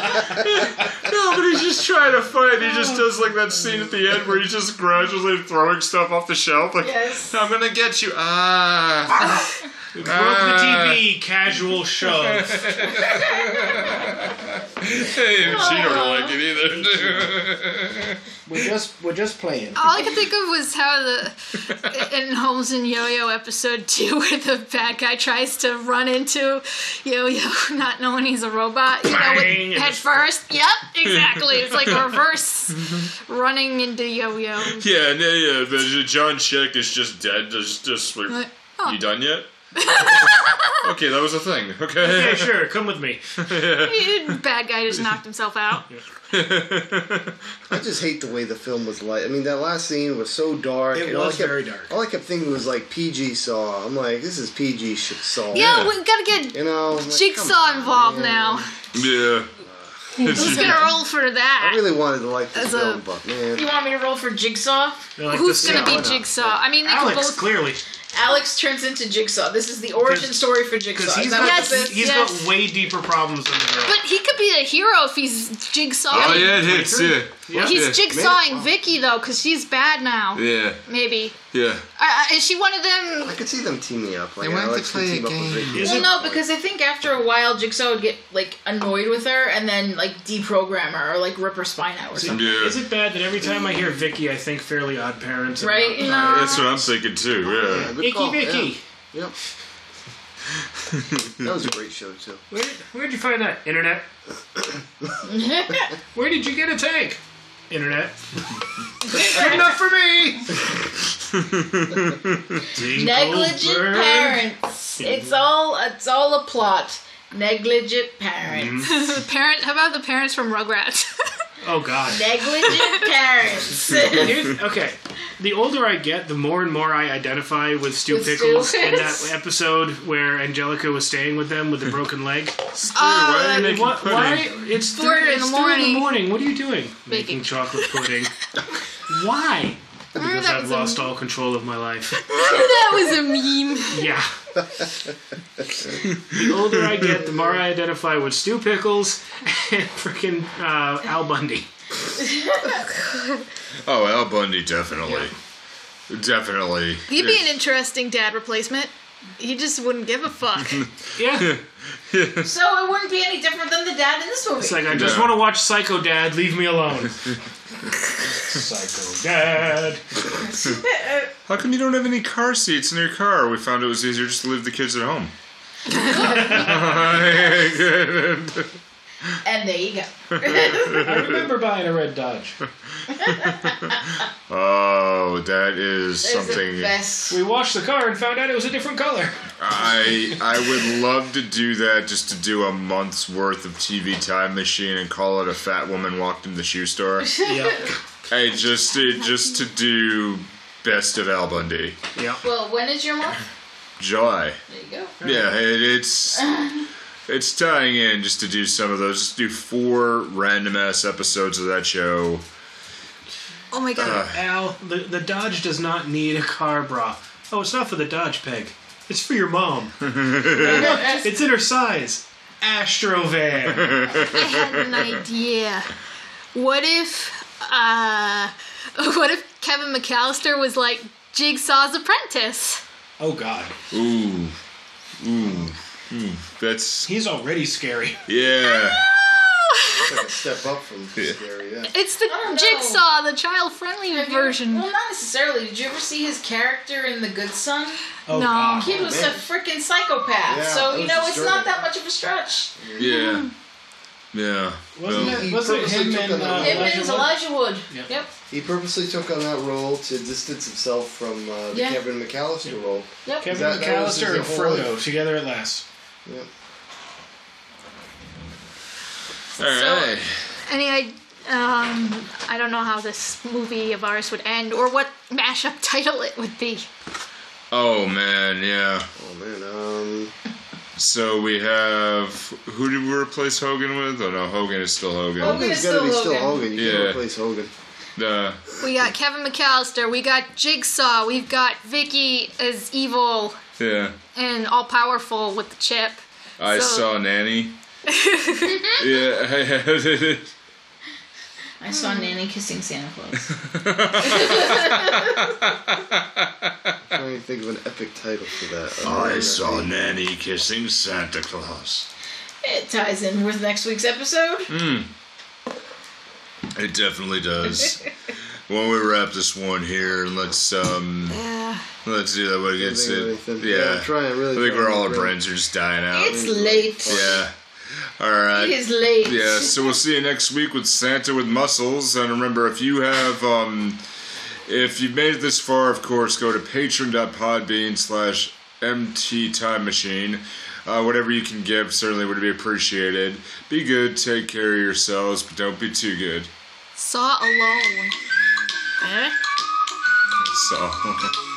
No, but he's just trying to fight. He just does like that scene at the end where he's just gradually throwing stuff off the shelf. Like,
Yes.
I'm gonna get you.
[LAUGHS]
Ah. [LAUGHS]
Broke the TV. Casual
[LAUGHS]
show.
Hey, she don't like it either. [LAUGHS]
We're just we're just playing.
All I could think of was how the
[LAUGHS]
in Holmes and Yo-Yo episode two, where the bad guy tries to run into Yo-Yo, not knowing he's a robot, you know,
Bang,
with
and
head
just-
first. Yep, exactly. It's
[LAUGHS]
like reverse running into Yo-Yo.
Yeah, yeah, yeah. But John Chick is just dead. Just, just like,
Like, oh.
you done yet? Okay, that was a thing. Okay.
Yeah, sure, come with
[LAUGHS]
me.
Bad guy just knocked himself out.
I just hate the way the film was light. I mean, that last scene was so dark.
It
and all I
was
kept-
very dark.
All I kept thinking was like PG Saw. I'm like, this is PG sh- Saw.
Yeah, we gotta get
You know, I'm like, come
Jigsaw
on,
involved
man.
now.
yeah.
Who's gonna roll for that?
I really wanted to like the
As a-
film, but man,
You want me to roll for Jigsaw?
They're like,
Who's
this-
gonna
yeah,
be
why not?
Jigsaw? I mean, they
Alex,
can both.
clearly.
Alex turns into Jigsaw. This is the origin
'Cause-
story for
Because
Jigsaw.
he's
Is that
got,
what
Yes,
this is?
he's
yes.
got way deeper problems than the girl.
But he could be a hero if he's Jigsaw.
Oh yeah, it hits. Yeah.
Yeah.
He's
yeah.
jigsawing Vicky though, because she's bad now.
Yeah.
Maybe.
Yeah.
Uh, uh, is she one of them? [LAUGHS]
I could see them teaming up. Like,
They wanted to
Alex could
play a
team up with
game.
Ricky.
Is
Well,
it-
no, because I think after a while, Jigsaw would get like annoyed with her and then like deprogram her or like rip her spine out or something.
Yeah.
Is it bad that every time I hear Vicky, I think Fairly Odd Parents? and
Right?
not-
No.
That's what I'm thinking too. Yeah.
Good
Icky
call, yeah.
Vicky.
Yep. that was a great show too.
Where, where'd you find that?
[LAUGHS]
Internet. Where did you get a tank?
[LAUGHS]
Internet. Good enough for me.
Negligent
Goldberg.
parents. It's all it's all a plot. Negligent parents.
Mm-hmm.
The parent? How about the parents from Rugrats? [LAUGHS]
Oh God.
Negligent
[LAUGHS]
parents.
Here's, okay. The older I get, the more and more I identify with Stu
With Stu.
Pickles in that episode where Angelica was staying with them with the
[LAUGHS]
broken leg.
Oh,
Why are
Uh,
you making
What?
pudding?
Why? It's
Four
three-
in the
it's three in
morning.
the morning. What are you doing?
Baking.
Making chocolate
[LAUGHS]
pudding. Why? Because
Mm, that
I've
was
lost
a,
all control of my life.
[LAUGHS]
[LAUGHS]
that was a meme.
Yeah. the older I get, the more I identify with Stu Pickles and [LAUGHS] freaking uh, Al Bundy.
Oh, Al Bundy definitely. Definitely.
He'd be an [LAUGHS] interesting dad replacement. He just wouldn't give a fuck.
Yeah.
so it wouldn't be any different than the dad in this movie.
It's like, I just
Yeah.
want to watch Psycho Dad, leave me alone. Psycho Dad.
How come you don't have any car seats in your car? We found it was easier just to leave the kids at home. [LAUGHS]
and there you go.
I remember buying a red Dodge.
Oh, that is
It's the
something
best.
We washed the car and found out it was a different color.
I I would love to do that just to do a month's worth of TV time machine and call it a fat woman walked in the shoe
[LAUGHS]
store.
Yep.
I just it, just to do best of Al Bundy.
Yep.
Well, when is your month?
July.
There you go.
Yeah, it, it's it's tying in just to do some of those. Just do four random ass episodes of that show. Ah,
oh my god.
Al, the, the Dodge does not need a car bra. Oh, it's not for the Dodge peg. It's for your mom. it's in her size. Astrovan.
I had an idea. What if, uh, [LAUGHS] what if Kevin McAllister was like Jigsaw's apprentice?
Oh God,
Ooh, ooh, ooh. That's
he's already scary.
yeah.
It's like a step up from scary. Yeah.
It's the
don't know.
Jigsaw, the child-friendly
Have you-
version.
well, not necessarily. Did you ever see his character in The Good Son?
Oh
No.
God.
Kid was a freaking psychopath.
Yeah,
so
that
you
was
know, it's not
disturbing.
that much of a stretch.
Yeah. Yeah.
Wasn't
Well,
it,
He
wasn't it
purposely
him
took
and
it
uh,
out.
Him and
Elijah
his
Wood?
Elijah Wood.
Yeah.
Yep.
He purposely took on that role to distance himself from uh, the
Yeah.
Kevin McAllister role.
Yep.
Kevin
That- that was
McAllister and
his whole
Frodo together at last.
Yeah.
all right.
Any, I, um, I don't know how this movie of ours would end, or what mashup [LAUGHS] title it would be.
Oh man, yeah.
Oh man. Um.
So we have who did we replace Hogan with? Oh no, Hogan is still Hogan.
Hogan.
Hogan's
still
gotta be still
Hogan.
Hogan. You can't
Yeah.
replace Hogan.
Uh,
We got Kevin McAllister. We got Jigsaw. We've got Vicky as evil
yeah.
and all powerful with the chip.
I
So-
saw Nanny. yeah. [LAUGHS] I had it.
I saw Nanny kissing Santa Claus.
I'm trying to think of an epic title for that.
Nanny kissing Santa Claus.
it ties in with next week's episode.
It definitely does. when we wrap this one here, and let's um,
Yeah.
let's do that. What gets it?
Yeah. yeah.
Yeah.
I'm trying really.
I think
trying
we're all our
to
brains are just dying out.
It's late.
yeah. All right.
It is late.
Yeah, so we'll see you next week with Santa with Muscles. And remember, if you have, um, if you've made it this far, of course, go to patron.podbean slash MT Time Machine. Uh, whatever you can give certainly would be appreciated. Be good, take care of yourselves, but don't be too good.
Saw alone. Eh?
So. [LAUGHS]